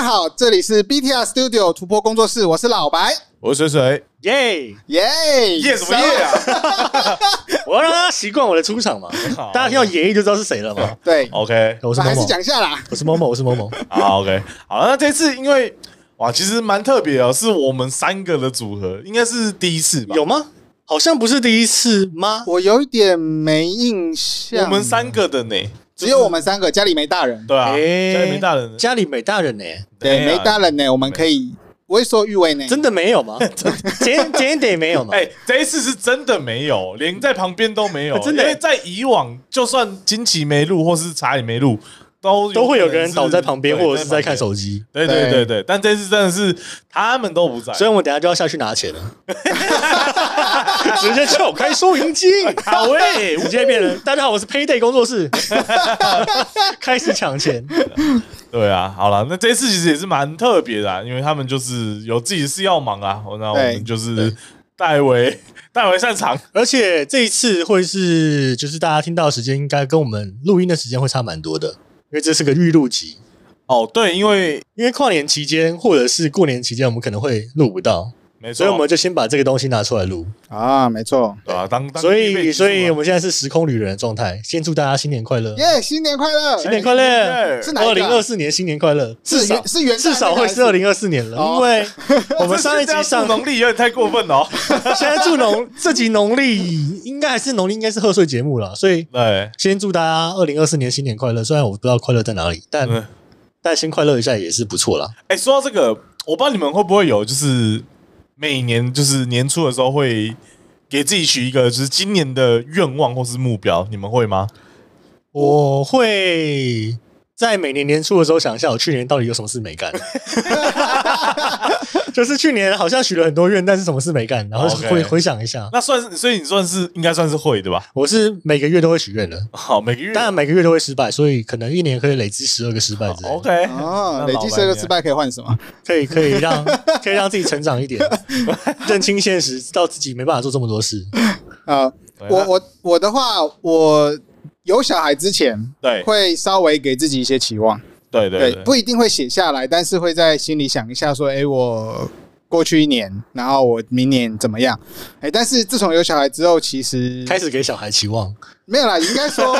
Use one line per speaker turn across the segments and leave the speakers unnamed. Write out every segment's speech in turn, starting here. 好，这里是 BTR Studio 突破工作室，我是老白，
我是水水，
耶！
耶
耶什么耶啊
我要让大家习惯我的出场嘛，大家听到耶就知道是谁了嘛。
对，
？OK，
我是
那
某
还是
某，
讲一下啦。
我是某某，我是某某。
好 OK，好，那这次因为哇，其实蛮特别哦，是我们三个的组合，应该是第一次吧？
有吗？好像不是第一次吗？
我有一点没印象，
我们三个的呢，
只有我们三个，家里没大人，
对啊，
诶
家里没大人，
家里没大人呢、
对，
哎呀
没大人呢，我们可以为所欲为呢。
啊真的没有吗？简简得没有吗？
哎，这一次是真的没有，连在旁边都没有，
哎真的
因为在以往，就算金奇没录，或是查理没录，都
都会有
可
个
能
人
是
倒在旁边，
对
或者是在看
旁边
手机。
对对对对，但这次真的是他们都不在，
所以我们等一下就要下去拿钱了，直接撬开收银机，
好喂，
直接变成大家好，我是 Payday 工作室， 开始抢钱。
对啊，好了，那这次其实也是蛮特别的、啊，因为他们就是有自己的事要忙啊，那我
对
们就是代为 代为擅长，
而且这一次会是，就是大家听到的时间应该跟我们录音的时间会差蛮多的，因为这是个预录集。
哦，对，因为
因为跨年期间或者是过年期间，我们可能会录不到，
没错，
所以我们就先把这个东西拿出来录。
啊，没错。
对啊，当当
所
预备
以，
技术嘛
所以我们现在是时空旅人的状态。先祝大家新年快乐，
耶，新年快乐！
新年快乐！
哎
是哪一
二
个
零
啊
二四年新年快乐，至
是
少
元是元旦
至少
那个
会
还
是二零二四年了，
哦
因为 我们
这
上
这
一集
样
上
做农历有点太过分了、 哦，
现在祝农这集农历应该还是农历应该是贺岁节目了，所以
对，
先祝大家二零二四年新年快乐。虽然我不知道快乐在哪里，但、
嗯，
但先快乐一下也是不错啦。
哎、说到这个，我不知道你们会不会有，就是每年就是年初的时候会给自己许一个就是今年的愿望或是目标，你们会吗？哦
我会在每年年初的时候想一下，我去年到底有什么事没 干。就是去年好像许了很多愿，但是什么事没干，然后
哦 OK
回回想一下，
那算是，所以你算是应该算是会对吧？
我是每个月都会许愿的，
好，哦每个月
当然每个月都会失败，所以可能一年可以累积十二个失败之类的，
OK
哦
那，
累积
老
这
白
个
你
失败可以换什么？
可以可以 让可以让自己成长一点，认清现实，知道自己没办法做这么多事。
嗯
啊，
对
我
那
我我的话，我有小孩之前
对
会稍微给自己一些期望，
对对
对，不一定会写下来，但是会在心里想一下，说，哎，我过去一年，然后我明年怎么样？哎，但是自从有小孩之后，其实
开始给小孩期望，
没有啦，应该 说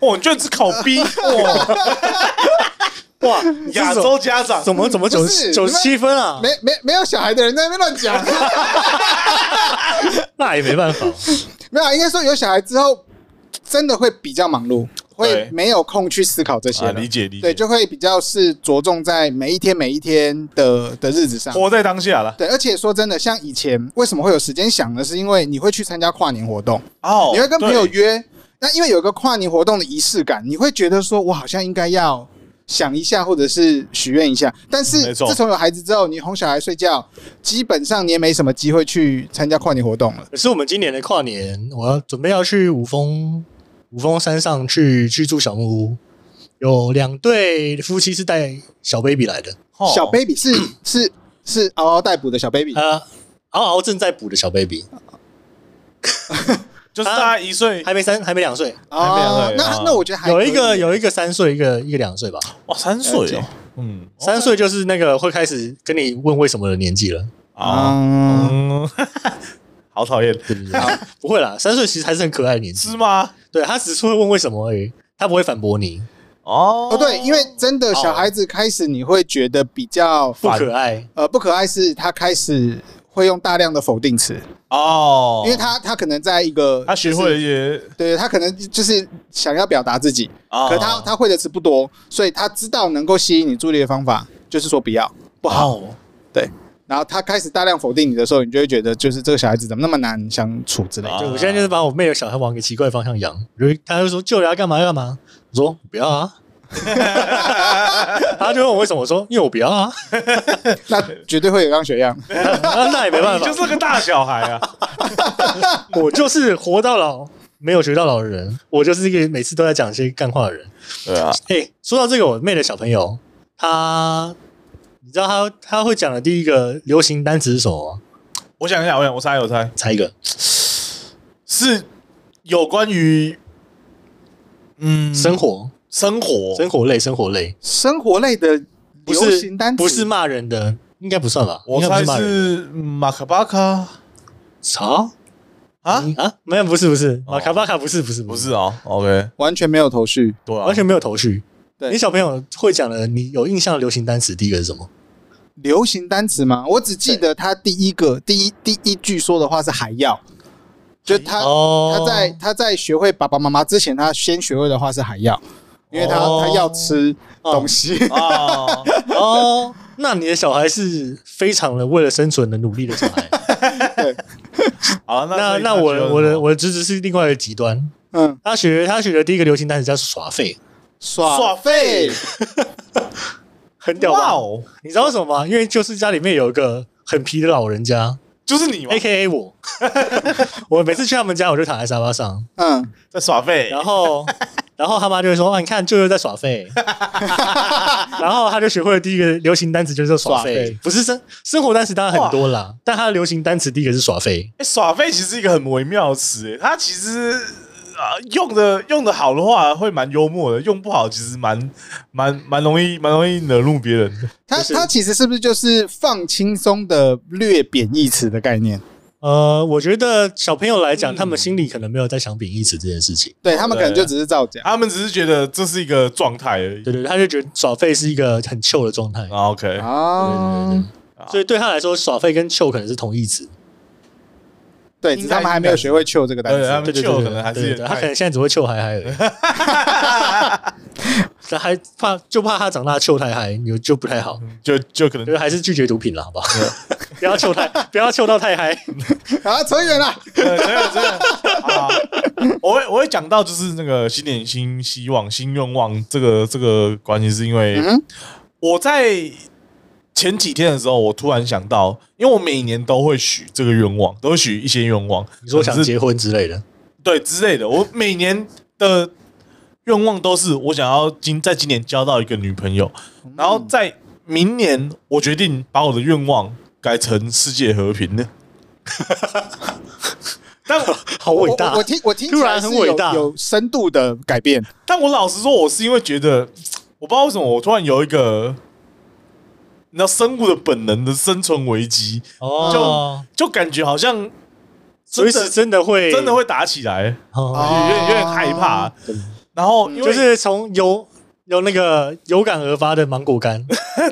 哦，你居然只考 B 哦，
哇，
亚洲家长
怎么怎么九
嗯不是
九十七分啊？
没没没有小孩的人在那边乱 讲，
那也没办法，
没有啦，应该说有小孩之后，真的会比较忙碌，会
对
没有空去思考这些
啊，
了
理解理
对，
解，
就会比较是着重在每一天每一天的的日子上。
活在当下了
对，而且说真的，像以前为什么会有时间想呢？是因为你会去参加跨年活动，
哦
你会跟朋友
对
约。那因为有一个跨年活动的仪式感，你会觉得说，我好像应该要想一下，或者是许愿一下。但是
嗯没错
自从有孩子之后，你哄小孩睡觉，基本上你也没什么机会去参加跨年活动了。
可是我们今年的跨年，我要准备要去五峰五峰山上去去住小木屋，有两对夫妻是带小 baby 来的，
哦
小 baby 是是是嗷嗷待哺的小 baby，
呃，嗷嗷正在补的小 baby，
就是大家一岁，
啊
还没三还没两岁，
还没有
哦
对
那
啊
那我觉得还
有一
可
个
以
有一个三岁，一个一个两岁吧，
哇，三
了
岁
解
哦，嗯，
三岁就是那个会开始跟你问为什么的年纪了，
啊，
嗯
嗯， 好讨厌，
对不对？不会啦，三岁其实还是很可爱的年纪
是，吗？
对他只是会问为什么而已，他不会反驳你，
哦
哦，对，因为真的小孩子开始，你会觉得比较
哦
不可爱，
呃不可爱，是他开始会用大量的否定词，
哦，
因为他他可能在一个
他学会了一，
就
些，
是对他可能就是想要表达自己，
哦
可他他会的词不多，所以他知道能够吸引你注意力的方法就是说不要不好，
哦，
然后他开始大量否定你的时候，你就会觉得就是这个小孩子怎么那么难相处之类
啊
的。
对，我现在就是把我妹的小孩往一个奇怪的方向养，比如她就说舅要干嘛要干嘛，我说不要啊， 她就问我为什么，我说因为我不要啊，
那绝对会有样学样，
那那也没办
你
法，
就是个大小孩 啊，
我就是活到老没有学到老的人，我就是一个每次都在讲一些干话的人。
对啊，
哎、说到这个，我妹的小朋友，她你知道她她会讲的第一个流行单词是什么吗？
我想一下，我想，我猜，我猜
猜一个，
是有关于嗯
生活，
生活
生活类，生活类，
生活类的流
不是
行单词
不是骂人的，应该不算吧？
我
应该不
猜
是骂人的
是马卡巴卡
啥
啊，
啊？没有，不是不是，
哦
马卡巴卡不是不是
不是啊，OK，
完全没有头绪。
对啊，
完全没有头绪。
对
你小朋友会讲的，你有印象的流行单词第一个是什么？
流行单词吗？我只记得他第一个第一第一句说的话是还要，就他、
哦
他在他在学会爸爸妈妈之前，他先学会的话是还要，因为他、
哦
他要吃东西。
啊，
哦，那你的小孩是非常的为了生存的努力的小 孩。
好，
那
那
那我的我的我的侄子是另外一个极端，
嗯，
他学他学的第一个流行单词叫耍废，
耍
耍废
很屌
哇
吧？
哦，
你知道为什么吗？因为就是家里面有一个很皮的老人家
就是你嘛
，A，K A 我。 我每次去他们家，我就躺在沙发上，
嗯，
在耍废，
然后然后他妈就会说：“啊，你看舅舅在耍废。”然后他就学会了第一个流行单词就是耍
耍
废
废，
不是生生活单词当然很多啦，但他的流行单词第一个是耍废。
欸耍废其实是一个很微妙的词，欸它其实啊、呃用的用的好的话会蛮幽默的，用不好其实蛮蛮蛮容易蛮容易惹怒别人的。
他
就是
他其实是不是就是放轻松的略贬义词的概念？
呃，我觉得小朋友来讲，
嗯
他们心里可能没有在想贬义词这件事情。
对他们可能
对
就只是造假。
他们只是觉得这是一个状态而已。
对对，对他就觉得耍废是一个很 chill 的状态。
啊，OK，
哦，
对对
啊
对，所以对他来说，耍废跟 chill 可能是同义词。
对，只是他们还没有学会 “chill” 这个单
对他
词。
们
对对
chill
对对，
嗯可能还是
对对
有
对
点
他
太
可能现在只会 chill 嗨嗨 而已。他还怕就怕他长大 chill 太嗨，你就就不太好。
就就可能
就是还是拒绝毒品了，好不好？ 不要求太，不要求到太嗨。
啊，扯远了。
对，真的真的啊！我会我会讲到就是那个新年新希望新愿望这个这个关系，是因为
嗯哼
我在前几天的时候，我突然想到，因为我每年都会许这个愿望，都会许一些愿望。
你说想
可是
结婚之类的，
对之类的，我每年的愿望都是我想要今在今年交到一个女朋友，
嗯
然后在明年我决定把我的愿望改成世界和平的。 但我
好伟
我
大
我我！听我听起
突
来
然
是
很伟
有
大
有深度的改变。
但我老实说，我是因为觉得，我不知道为什么，我突然有一个，你知道生物的本能的生存危机，
哦，
就感觉好像
随
真
时
的
真的会，
真的会打起来，
哦，
有点有点害
哦
怕。然后因为
嗯就是从由由那个有感而发的芒果干，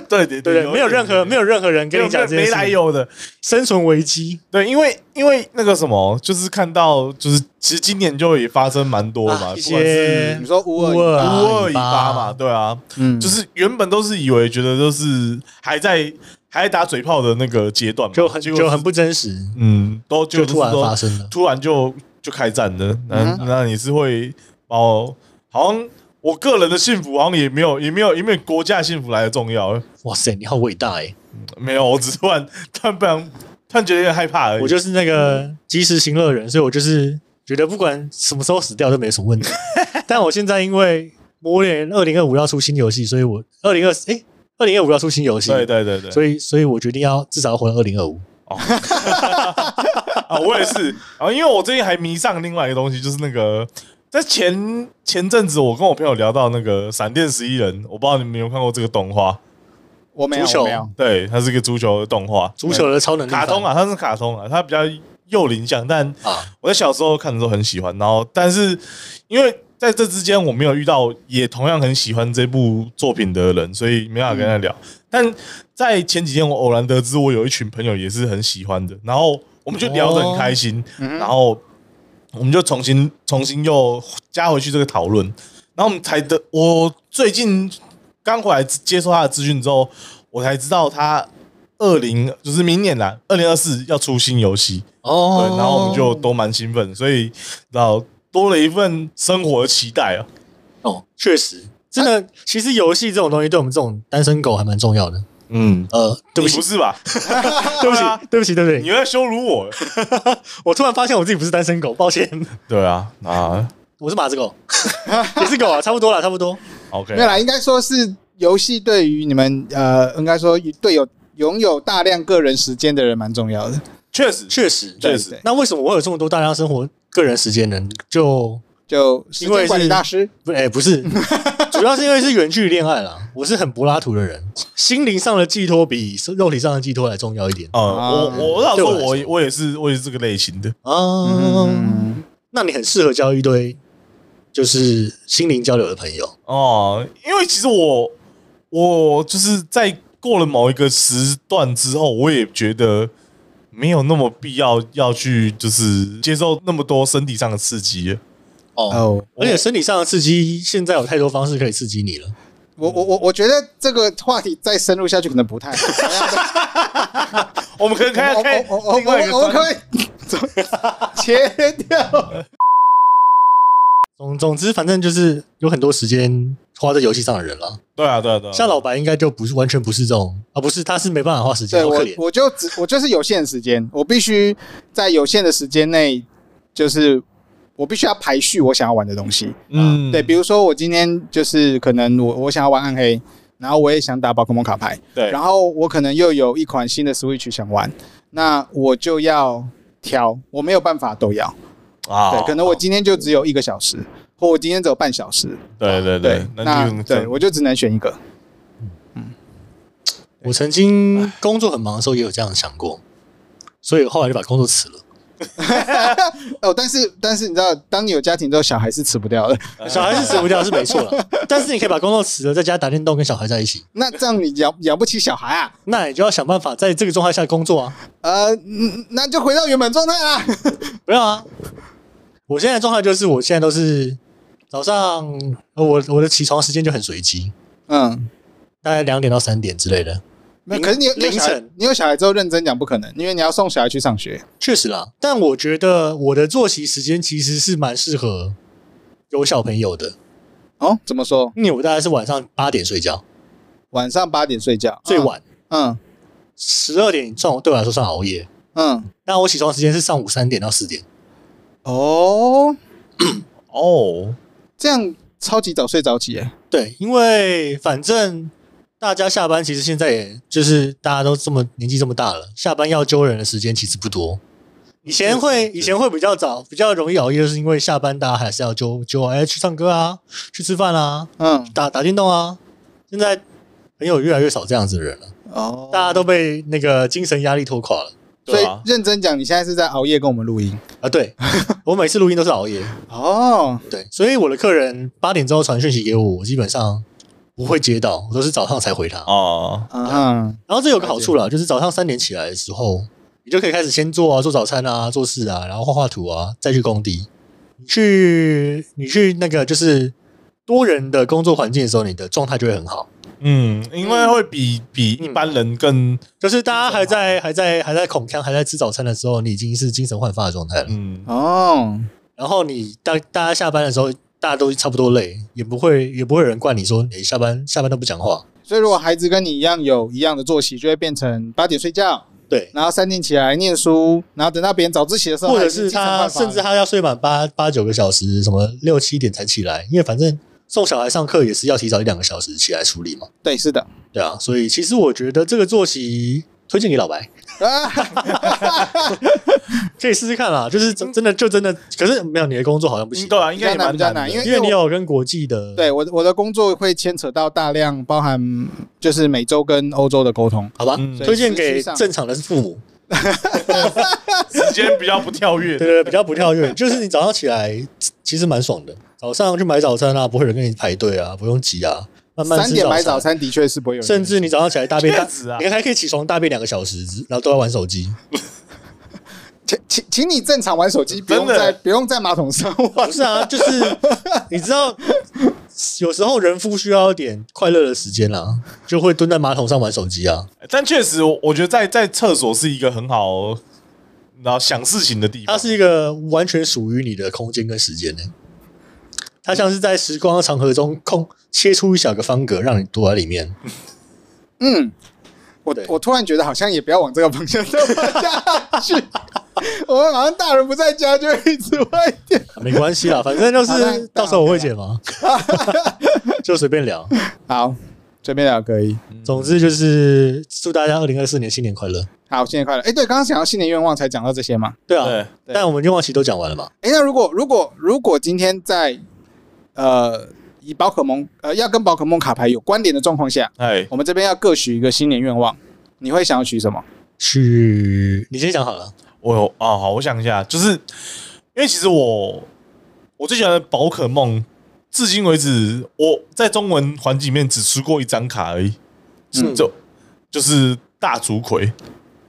对对
对不对？没有任何没
有
有任何人
没
跟
有
你讲这
没
件事
来
情，
由的，
生存危机
对，因为因为那个什么，就是看到就是其实今年就也发生蛮多嘛，
啊一
不管是
些
你说乌
乌
尔，
尔
乌二
以
以巴嘛，，对啊，
嗯，
就是原本都是以为觉得都是还在还在打嘴炮的那个阶段嘛，
就很
结果
就很不真实，
嗯，都
就
就
突然发
生，
生了。
突然就就开战了。那、
嗯
那你是会哦，好像我个人的幸福好像也没有也没有也没有国家幸福来的重要，
哇塞，你好伟大哎！
没有，我只是突然突然不然突然觉得有点害怕而已。
我就是那个及时行乐人，所以我就是觉得不管什么时候死掉都没什么问题。但我现在因为魔联二零二五要出新游戏，所以我二零二哎二零二五要出新游戏，
对对对对，
所以所以我决定要至少要活到二零二五。
啊，我也是啊，因为我最近还迷上另外一个东西，就是那个在前前阵子我跟我朋友聊到那个《闪电十一人》，我不知道你们有没有看过这个动画，
我没有，
足球
我没有。
对，它是一个足球的动画，
足球的超能力
卡通
啊
啊，它是卡通啊，它比较幼龄向，但
啊，
我在小时候看的时候很喜欢，然后但是因为在这之间我没有遇到也同样很喜欢这部作品的人，所以没办法跟他聊。但在前几天我偶然得知我有一群朋友也是很喜欢的，然后我们就聊得很开心，然后我们就重新重新又加回去这个讨论，然后我们才得我最近刚回来接受他的资讯之后，我才知道他。二零就是明年啦，二零二四要出新游戏，
哦
对，然后我们就都蛮兴奋，所以然后多了一份生活的期待啊。
哦，确实真的，其实游戏这种东西对我们这种单身狗还蛮重要的。
嗯，
呃，对
你
不起
不，是吧？
对不起
对啊，
对不起，对不
你
起，
又在羞辱我？
我突然发现我自己不是单身狗，抱歉，
对啊，啊
我是马 子狗，也是狗啊，差不多了，差不多。
，OK，
没有啦，应该说是游戏对于你们呃，应该说对有拥有大量个人时间的人蛮重要的。
确实，
确实，
确实
对
那为什么我有这么多大量生活个人时间呢？就
就时
因为
间
是
管理大师，
不，哎、不 是，主要是因为是远距离恋爱啦。我是很柏拉图的人，心灵上的寄托比肉体上的寄托还重要一点
呃，我
啊
我我老
对
说
我来
我
说
我也是我也是这个类型的，
哦
啊。
嗯，
那你很适合交一堆就是心灵交流的朋友。
哦，因为其实我我就是在过了某一个时段之后，我也觉得没有那么必要要去就是接受那么多身体上的刺激了。
哦，
哦，
而且身体上的刺激，现在有太多方式可以刺激你了。
我我我我觉得这个话题再深入下去可能不太好。
我们可以开开
我我我
另外一个
我我
专
可不可以走切掉？
总总之，反正就是有很多时间花在游戏上的人了。
哦
对啊对啊对啊，
像老白应该就不是完全不是这种啊，不是，他是没办法花时间，
对
好
我
可怜。
我就只我就是有限的时间，我必须在有限的时间内，就是我必须要排序我想要玩的东西。
嗯
对，比如说我今天就是可能我我想要玩暗黑，然后我也想打宝可梦卡牌，
对，
然后我可能又有一款新的 Switch 想玩，那我就要挑，我没有办法都要。
啊
对，可能我今天就只有一个小时，或我今天只有半小时。
对对
对，
那就
那对我就只能选一个。
我曾经工作很忙的时候也有这样想过，所以后来就把工作辞了。
哦，但是但是你知道，当你有家庭之后，小孩是辞不掉的。
哎
小孩是辞不掉是没错了， 但是你可以把工作辞了，在家打电动跟小孩在一起，
那这样你养养不起小孩啊？
那你就要想办法在这个状态下工作啊。
呃，嗯那就回到原本状态啦。
没有啊，我现在的状态就是我现在都是早上，呃我我的起床时间就很随机，
嗯，
大概两点到三点之类的。
没有。可是你有你有
凌
小孩
晨，
你有小孩之后认真讲不可能，因为你要送小孩去上学。
确实啦，但我觉得我的作息时间其实是蛮适合有小朋友的，
哦，怎么说？
因为我大概是晚上八点睡觉，
晚上八点睡觉，
最晚
嗯。
十二点算对我来说算熬夜。
嗯嗯，
那我起床时间是上午三点到四点，
哦，
哦，
这样超级早睡早起耶。
对，因为反正大家下班其实现在也就是大家都这么年纪这么大了，下班要揪人的时间其实不多。以前会
是是
以前会比较早，比较容易熬夜，就是因为下班大家还是要揪揪，哎，去唱歌啊，去吃饭啊，
嗯，
打打电动啊。现在朋友越来越少这样子的人了，
哦，
大家都被那个精神压力拖垮了
所
对
以
啊，
认真讲，你现在是在熬夜跟我们录音。
啊！对我每次录音都是熬夜，
哦，
对，所以我的客人八点之后传讯息给我，我基本上不会接到，我都是早上才回他。
哦，
嗯，
然后这有个好处啦，就是早上三点起来的时候，你就可以开始先做啊，做早餐啊，做事啊，然后画画图啊，再去工地。你去你去那个就是多人的工作环境的时候，你的状态就会很好。
嗯，因为会比比一般人更
就是大家还在还在还在恐腔还在吃早餐的时候，你已经是精神焕发的状态了。
嗯
哦，
然后你大大家下班的时候，大家都差不多累，也不会也不会有人怪你说哎你下班下班都不讲话。
所以如果孩子跟你一样有一样的作息，就会变成八点睡觉，
对，
然后三点起来念书，然后等到别人早自习的时候，
或者
还
是
精神
他
焕发
甚至他要睡满八八九个小时，什么六七点才起来，因为反正送小孩上课也是要提早一两个小时起来处理嘛，
对，是的，
对啊，所以其实我觉得这个作息推荐给老白，
啊，
可以试试看啦，就是
嗯
真真的就真的，可是没有你的工作好像不行，
对啊，应该也
比较难
蛮
比较
难
难，
的，
嗯因为
因为你有跟国际的
对我的我的工作会牵扯到大量包含就是美洲跟欧洲的沟通，
好吧，
嗯
推荐给
所以
正常的父母，
时间比较不跳跃
对。对，对比较不跳跃，就是你早上起来其实蛮爽的，早上去买早餐啊，不会有人跟你排队啊，不用急啊，慢慢
三
吃
点买
早
早。餐的确是不会有人，
甚至你早上起来大便大
确实啊，
你还可以起床大便两个小时，然后都在玩手机。
请请请你正常玩手机，不用
真的
在不用在马桶上玩
不，是啊，就是你知道，有时候人夫需要一点快乐的时间啦，就会蹲在马桶上玩手机啊。
但确实，我我觉得在在厕所是一个很好，然后想事情的地方。
它是一个完全属于你的空间跟时间呢、它像是在时光的长河中空切出一小个方格，让你躲在里面。
嗯。我
对
我突然觉得好像也不要往这个方向再玩下去， 我们好像大人不在家就会一直歪掉。
没关系啦，反正就
好
是
的
到时候我会解嘛，就随便聊。
好，随便聊可以。
总之就是祝大家二零二四年新年快乐。
好，新年快乐！哎，对，刚刚讲到新年愿望才讲到这些嘛。
对啊，
对，
对
但我们愿望其实都讲完了嘛。
哎，那如果如果如果今天在呃以宝可梦呃要跟宝可梦卡牌有关联的状况下，
哎，
我们这边要各许一个新年愿望，你会想要许什么？
去，你先讲好了。
我有啊，好，我想一下，就是因为其实我我最喜欢的宝可梦，至今为止我在中文环境里面只出过一张卡而已，
嗯
就就是大竹葵，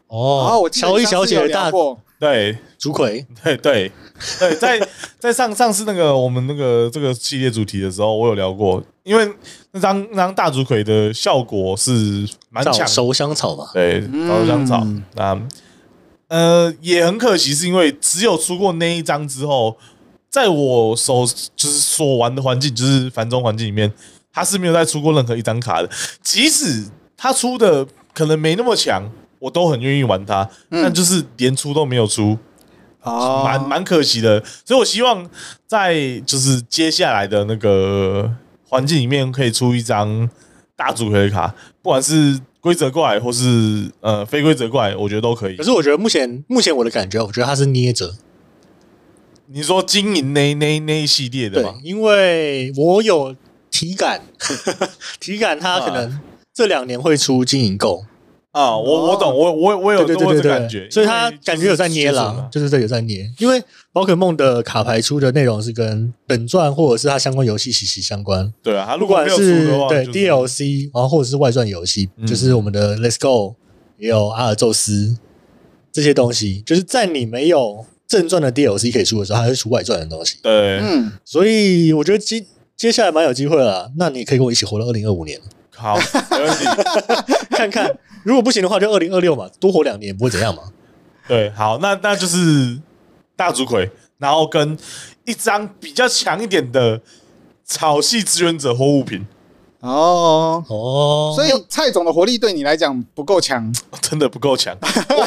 哦，我记得
乔伊
你上
小
次
姐
有
的
聊
大
过，
对
竹葵，
对对对，在在上上次那个我们那个这个系列主题的时候，我有聊过，因为那张那张大竹葵的效果是蛮
找
强的，
熟香草嘛。
对，
嗯
早香草。那、呃，也很可惜，是因为只有出过那一张之后，在我手就是所玩的环境，就是繁中环境里面，他是没有再出过任何一张卡的。即使他出的可能没那么强，我都很愿意玩它，
嗯
但就是连出都没有出，
哦，
蛮蛮可惜的。所以我希望在就是接下来的那个环境里面，可以出一张大组合的卡，不管是规则怪或是呃非规则怪，我觉得都可以
可。是我觉得目前目前我的感觉，我觉得它是捏着。
你说经营那那那一系列的
对
吗？，
因为我有体感， 体感它可能这两年会出经营购，
啊，我我懂，我我我有
哦对对
我
对
有这
对
感
对
觉，，
所以
因
它
为就是
感觉有在捏
接触
啦
嘛，
就是这有在捏，因为宝可梦的卡牌出的内容是跟本传或者是它相关游戏息息相关，
对啊，他
不
如果
管
没有出
是
的话，
对
就是
DLC，然后或者是外传游戏，
嗯
就是我们的 Let's Go，也有阿尔宙斯这些东西，就是在你没有正传的 DLC 可以出的时候，它会出外传的东西。
对，
嗯，
所以我觉得接接下来蛮有机会了。那你可以跟我一起活到二零二五年，
好，没问 题，
看看。如果不行的话，就二零二六嘛，多活两年不会怎样嘛。
对，好，那那就是大竹葵，然后跟一张比较强一点的草系志愿者或物品，
哦，
哦，
所以蔡总的活力对你来讲不够强，
哦真的不够强。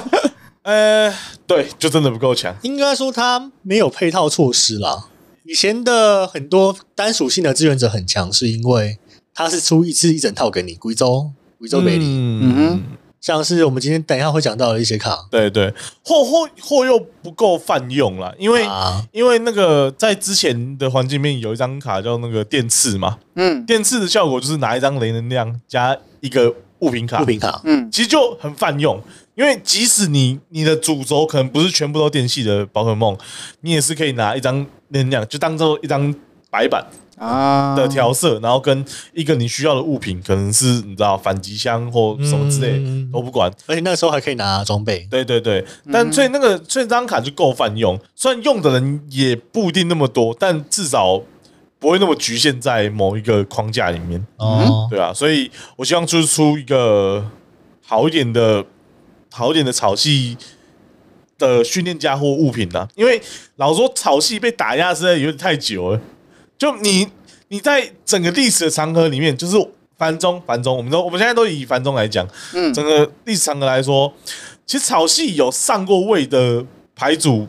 呃，对，就真的不够强。
应该说它没有配套措施啦。以前的很多单属性的志愿者很强，是因为它是出一次一整套给你，贵州、贵州美丽，
嗯
嗯
哼，
像是我们今天等一下会讲到的一些卡，
对对，或或或又不够泛用啦，因为、
啊，
因为那个在之前的环境里面有一张卡叫那个电刺嘛，
嗯
电刺的效果就是拿一张雷能量加一个物品卡，
物品卡，
嗯
其实就很泛用，因为即使你你的主轴可能不是全部都电系的宝可梦，你也是可以拿一张能量就当做一张白板
啊
的调色，然后跟一个你需要的物品，可能是你知道反击箱或什么之类、
嗯
都不管。
而且那时候还可以拿装备，
对对对，但所以那个所以这张卡就够泛用，虽然用的人也不一定那么多，但至少不会那么局限在某一个框架里面。
哦，
对啊，所以我希望就是出一个好一点的、好一点的草系的训练家或物品呢、啊，因为老实说草系被打压实在有点太久了。就你你在整个历史的长河里面，就是繁中繁中，我们都我们现在都以繁中来讲，
嗯
整个历史长河来说，其实草系有上过位的牌组，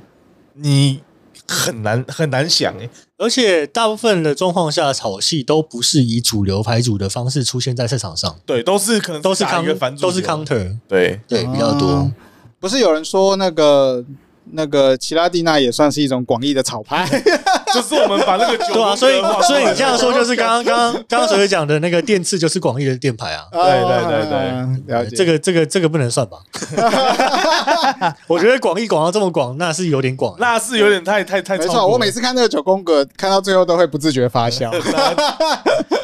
你很难很难想欸诶、
而且大部分的状况下，草系都不是以主流牌组的方式出现在赛场上，
对，都是可能
都是
打一个反
con
主
都是
流
counter，
对
对，比较多
哦。不是有人说那个那个奇拉蒂娜也算是一种广义的草牌，
就是我们把那个九
对啊，所以
宫格画出
所
来
以你这样说就是刚刚刚刚刚刚所谓讲的那个电刺就是广义的电牌啊，
对
哦对，了解
呃这个这个这个不能算吧？ 我觉得广义广到这么广，那是有点广。
那是有点太太太
没
超
错，
过了
我每次看那个九宫格，看到最后都会不自觉发 笑。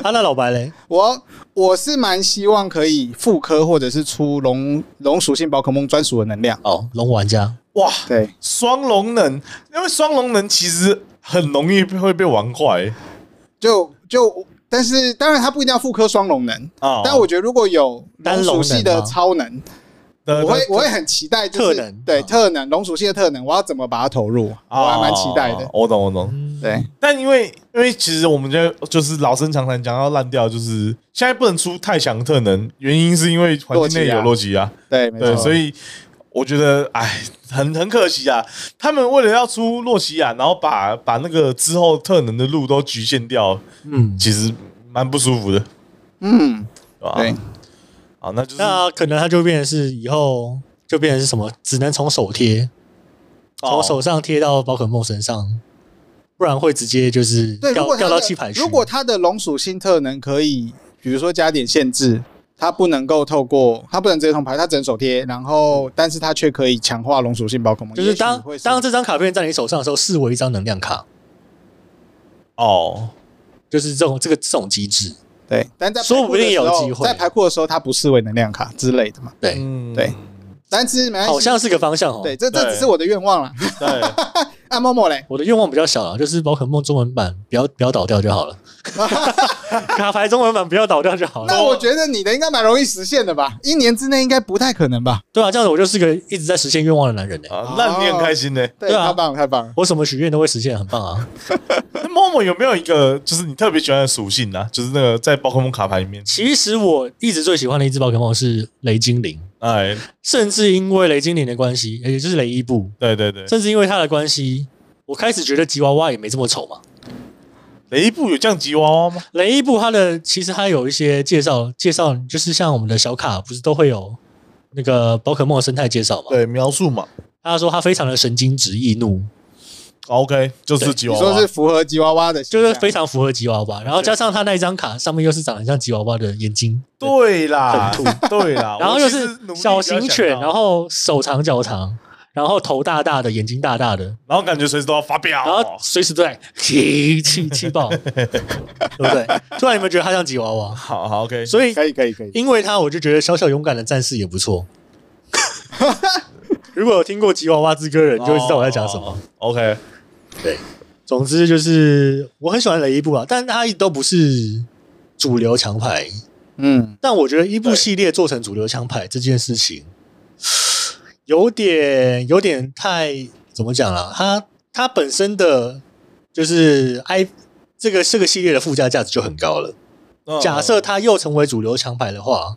啊，那老白嘞？
我我是蛮希望可以复刻或者是出龙龙属性宝可梦专属的能量。
哦，龙玩家
哇，
对，
双龙能，因为双龙能其实很容易会被玩坏
就就但是当然它不一定要复刻双龙能，
啊。
但我觉得如果有龙
哦单龙
属
能
系的
吗呃
超能，
的
我会我会很期待，就是
特能
对
啊哦
特能龙属性的特能，我要怎么把它投入，我还蛮期待
啊
的。
我懂我懂，
对，
但因为因为其实我们就就是老生常谈讲到烂掉，就是现在不能出太强特能，原因是因为环境内有
洛
洛基啊，
对，没
对，
错。
所以我觉得哎，很很可惜啊，他们为了要出洛奇亚，然后把把那个之后特能的路都局限掉，
嗯，
其实蛮不舒服的，
嗯，
对吧？
对，
好，那就是哦
那可能他就变成是以后就变成是什么，只能从手贴，
哦
从手上贴到宝可梦身上，不然会直接就是
对，如
掉
果它
掉
的
到弃牌区。
如果它的龙属性特能可以，比如说加点限制，它不能够透过，它不能直接通牌，它只能手贴，然后但是它却可以强化龙属性宝可梦，
就是
也
当
许会是
当这张卡片在你手上的时候，视为一张能量卡，
哦，
就是这种这个这种机制。
对，但在
说不定
排
有
库的时候
机会
在排库的时候，它不视为能量卡之类的嘛。
对，
嗯
对但是没关系
好像是个方向哦。
对，，这这
对
只是我的愿望啦。
对，
啊，默默嘞，
我的愿望比较小啊，就是宝可梦中文版不要不要倒掉就好了，卡牌中文版不要倒掉就好
那
了。
我觉得你的应该蛮容易实现的吧？一年之内应该不太可能吧？
对啊，这样子我就是个一直在实现愿望的男人呢、
啊，那你很开心呢。
对，
对啊
太棒了，太棒了。
我什么许愿都会实现，很棒啊！
那 Momo 有没有一个就是你特别喜欢的属性啊？就是那个在宝可梦卡牌里面，
其实我一直最喜欢的一只宝可梦是雷精灵，
哎，
甚至因为雷精灵的关系，也就是雷伊布，
对对对，
甚至因为他的关系，我开始觉得吉娃娃也没这么丑嘛。
雷伊布有降吉娃娃吗？
雷伊布他的其实他有一些介绍，介绍就是像我们的小卡不是都会有那个宝可梦的生态介绍嘛？
对，描述嘛。
他说他非常的神经质易怒，
哦 OK，就是吉
你
娃
说
娃
是。符合吉娃娃的形
啊就
象，
是非常符合吉娃娃。然后加上他那一张卡上面又是长得像吉娃娃的眼睛，
对啦
很，
对啦，
然后又是
我其实努力
小
比较
型
想
犬，
到
然后手长脚长，然后头大大的，眼睛大大的，
然后感觉随时都要发
然后
飙，
随时都在 气气气 爆，对不对？突然你们觉得他像吉娃娃，
好好 OK，
所以
可以，可以，可以。
因为他，我就觉得小小勇敢的战士也 不错。如果有听过吉娃娃之歌的人，就会知道我在讲什么
哦。。OK，
总之就是我很喜欢雷伊布啊，但他一直都不是主流强牌。
嗯，
但我觉得伊布
对
系列做成主流枪牌这件事情，有点有点太怎么讲啦？它它本身的就是 I 这个这个系列的附加价值就很高了。
嗯
假设它又成为主流枪牌的话，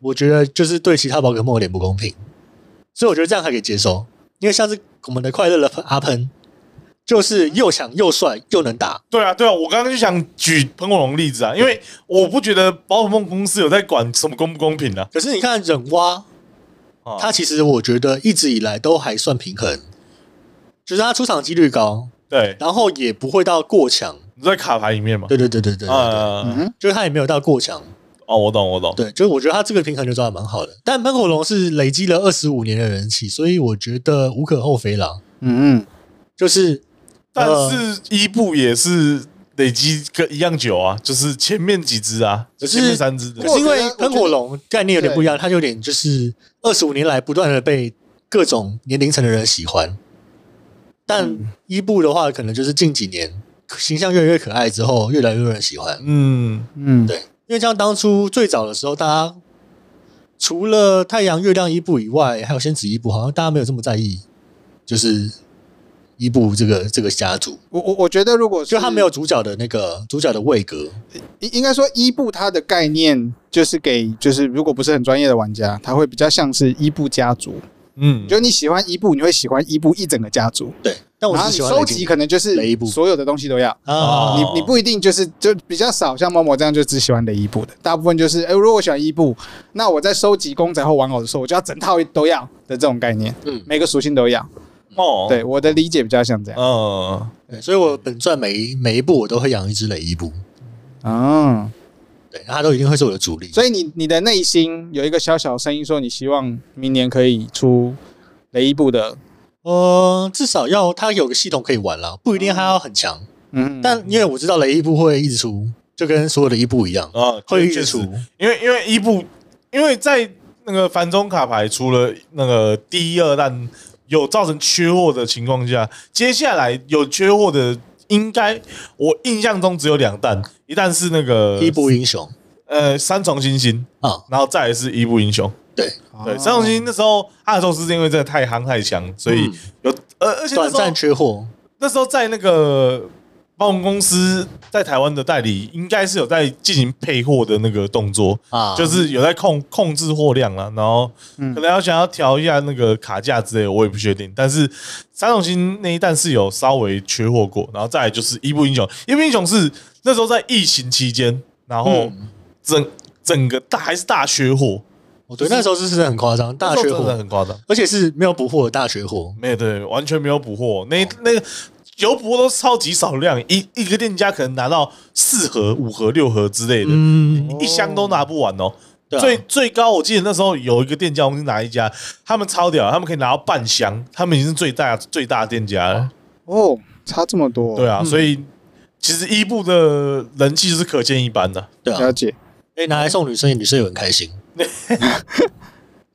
我觉得就是对其他宝可梦有点不公平。所以我觉得这样还可以接受，因为像是我们的快乐的阿喷，就是又强又帅又能打，
对啊，对啊，我刚刚就想举喷火龙例子啊，因为我不觉得宝可梦公司有在管什么公不公平啊的、
可是你看忍蛙，
啊。
他其实我觉得一直以来都还算平衡，就是他出场几率高，
对
然后也不会到过强。
你在卡牌里面嘛，
对对对对对对对
啊、
嗯
就是他也没有到过强。
哦，我懂我懂，
对，就是我觉得他这个平衡就抓的蛮好的。但喷火龙是累积了二十五年的人气，所以我觉得无可厚非啦。
嗯嗯，
就是
但
呃
是伊布也是累积个一样久啊，就是前面几只啊，
可是
前面三只的
可是因为喷火龙概念有点
对
不一样，它有点就是二十五年来不断的被各种年龄层的人喜欢。但
嗯
伊布的话，可能就是近几年形象越来越可爱之后，越来越多人喜欢。
嗯，
嗯，
对，因为像当初最早的时候，大家除了太阳、月亮伊布以外，还有仙子伊布，好像大家没有这么在意，就是伊布这个这个家族，
我我我觉得如果是
就他没有主角的那个主角的位格，
应应该说伊布它的概念就是给就是如果不是很专业的玩家，他会比较像是伊布家族。
嗯，
就你喜欢伊布，你会喜欢伊布一整个家族，
对。但我
然后
只
你
喜欢
收
雷霆
集可能就是
雷伊布
所有的东西都要。
啊，
哦
你你不一定就是就比较少像猫猫这样就只喜欢雷伊布的，大部分就是哎、诶如果我喜欢伊布，那我在收集公仔或玩偶的时候，我就要整套都要的这种概念，
嗯
每个属性都要。
哦，，
对我的理解比较像这
哦
样。
嗯，
对所以我本传每一每一部我都会养一只雷伊布，
嗯，
对，它都一定会是我的主力。
所以你你的内心有一个小小的声音说，你希望明年可以出雷伊布的，
呃，至少要它有个系统可以玩啦，不一定它要很强，
嗯，
但因为我知道雷伊布会一直出，就跟所有的伊布一样，
啊，
会一
确
直
实
出。
因为因为伊布，因为在那个繁中卡牌除了那个第一二弹有造成缺货的情况下，接下来有缺货的应该我印象中只有两弹，一弹是那个
伊布英雄
呃三重星星，
啊，
然后再来是伊布英雄。对，三重星星那时候阿尔宙斯因为真的太夯太强，所以
嗯
有呃而且那
短
时候
暂缺货，
那时候在那个保险公司在台湾的代理，应该是有在进行配货的那个动作
啊
就是有在控控制货量啦，然后
嗯
可能要想要调一下那个卡价之类的，我也不确定。但是三重星那一弹是有稍微缺货过，然后再来就是伊布英雄，伊布英雄是那
嗯
时候在疫情期间，然后整、整个大还是大缺货，
哦，对，那时候是真的很夸张，大
那
缺
时候真的
货，
很夸张，
而且是没有补货的大缺货。
没有对，完全没有补
哦
货，那那个有补货都超级少量，一一个店家可能拿到四盒、五盒、六盒之类的，
嗯，
一箱都拿不完哦。
对啊
最最高，我记得那时候有一个店家，我们是哪一家？他们超屌，他们可以拿到半箱，他们已经是最大最大店家了。
哦，差这么多，
对啊，
嗯
所以其实伊布的人气是可见一斑的。
对啊
了，解。
哎，拿来送女生，女生也很开心。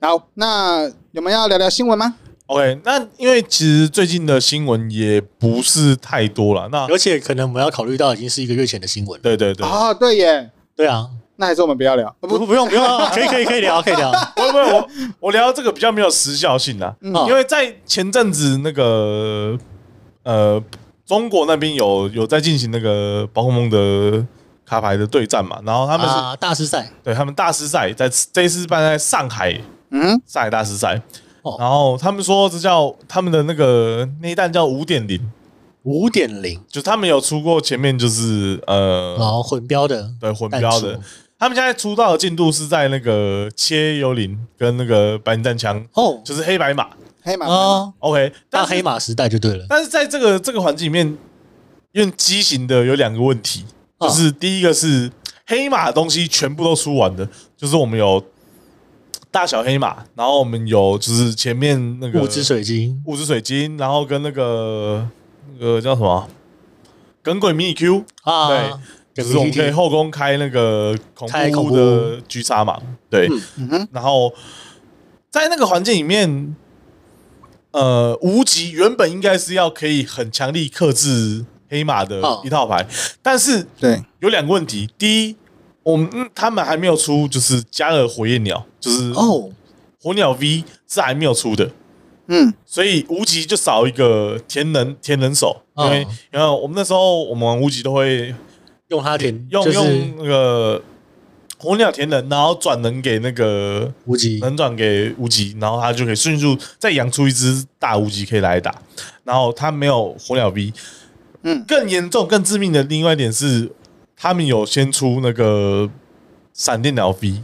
好，那有没有要聊聊新闻吗？
OK，那因为其实最近的新闻也不是太多了。那
而且可能我们要考虑到已经是一个月前的新闻了。
对对对，
啊，对耶，
对啊，
那还是我们不要聊，呃
不
不，
不不用不用啊，可以可以可以聊可 哦以聊。
不不，我我聊这个比较没有时效性啦，
嗯
啊
因为在前阵子那个呃中国那边有有在进行那个宝可梦的卡牌的对战嘛，然后他们是、
啊，大师赛
对他们大师赛在这一次办在上海
嗯，
上海大师赛，
哦
然后他们说这叫他们的那个那一弹叫五点零，
五点零，
就他们有出过前面就是呃、
然后混标的
对混标
哦弹
的
珠。
他们现在出道的进度是在那个切幽灵跟那个白银弹枪，
哦
就是黑白马。
黑马，
啊，
OK，但
大
是
黑马时代就对了。
但是在这个这个环境里面，用畸形的有两个问题，
啊
就是第一个是黑马的东西全部都出完的，就是我们有大小黑马，然后我们有就是前面那个
物质水晶
五只水晶，然后跟那个那个叫什么啊耿鬼迷你 Q，
啊，
就
跟
是我们
PPT
可以后宫开那个恐
开恐
怖
怖
的狙杀嘛，对，
嗯
嗯哼，
然后在那个环境里面，呃，无极原本应该是要可以很强力克制黑马的
哦
一套牌，但是
对，
有两个问题。第一，我们、嗯他们还没有出，就是加了火焰鸟，就是
哦，
火鸟 V 是还没有出的。
嗯，
所以无极就少一个天能天能手，因为
哦
因为我们那时候我们玩无极都会
用它填
用
就是
用那个火鸟天能，然后转能给那个
无极
能转给无极，然后他就可以迅速再养出一只大无极可以来打。然后他没有火鸟 V，
嗯
更严重、更致命的另外一点是，他们有先出那个闪电鸟 V，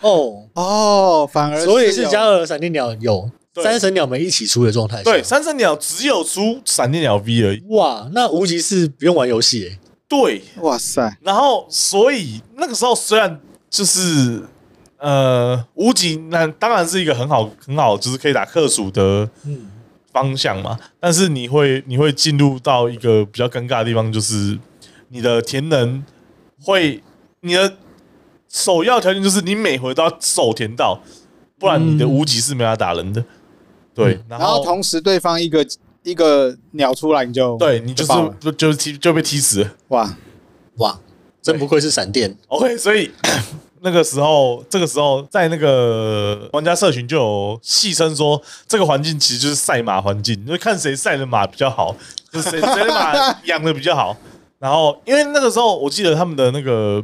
哦，
哦，反而
所以是
有
加尔闪电鸟有
对
三神鸟们一起出的状态下。
对，三圣鸟只有出闪电鸟 V 而已。
哇，那无极是不用玩游戏耶
对，
哇塞，
然后所以那个时候虽然就是呃无极，那当然是一个很好很好，就是可以打克数的
嗯，
方向嘛，但是你会你会进入到一个比较尴尬的地方，就是你的填能会你的首要条件就是你每回都要手填到，不然你的
嗯
无极是没法打人的。对
嗯，
然
然后
后
同时对方一个一个鸟出来，你就
对你就是
爆了
就就踢就被踢死了。
哇，
哇，真
对
不愧是闪电
OK，所以 那个时候，这个时候在那个玩家社群就有戏称说，这个环境其实就是赛马环境，就是看谁赛的马比较好，就是谁谁的马养的比较好。 然后，因为那个时候我记得他们的那个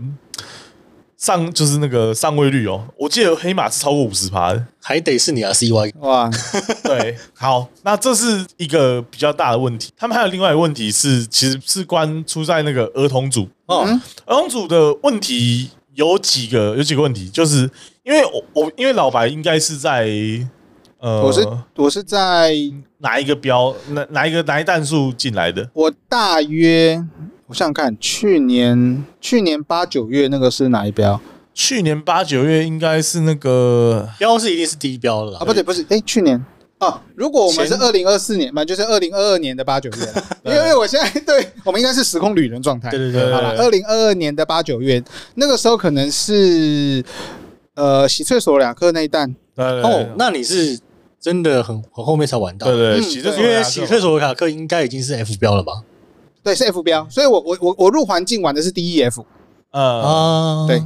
上就是那个上位率哦，我记得黑马是超过五十趴的。
还得是你啊，CY
哇，
对，好，那这是一个比较大的问题。他们还有另外一个问题是，其实是关出在那个儿童组
哦，
嗯
儿童组的问题有几个，有几个问题，就是因为我我因为老白应该是在呃，
我是我是在
哪一个标哪哪一个哪一弹数进来的？
我大约我想想看，去年去年八九月那个是哪一标
去年八九月应该是那个
标是一定是低标了啦
啊？不对，不是，哎，去年。哦，如果我们是
前
二零二四年嘛，就是二零二二年的八九月 啦，因
对
为我现在对我们应该是时空旅人状态。
对对对
好了，二零二二年的八九月，那个时候可能是呃喜翠索两克那一弹，
哦，那你是真的很很后面才玩到，
呃对对，
嗯
喜翠
对
索
因为
亚克
喜翠索罗卡克应该已经是 F 标了吧？
对，是 F 标，所以我我我我入环境玩的是 DEF，哦
呃，
啊，
对，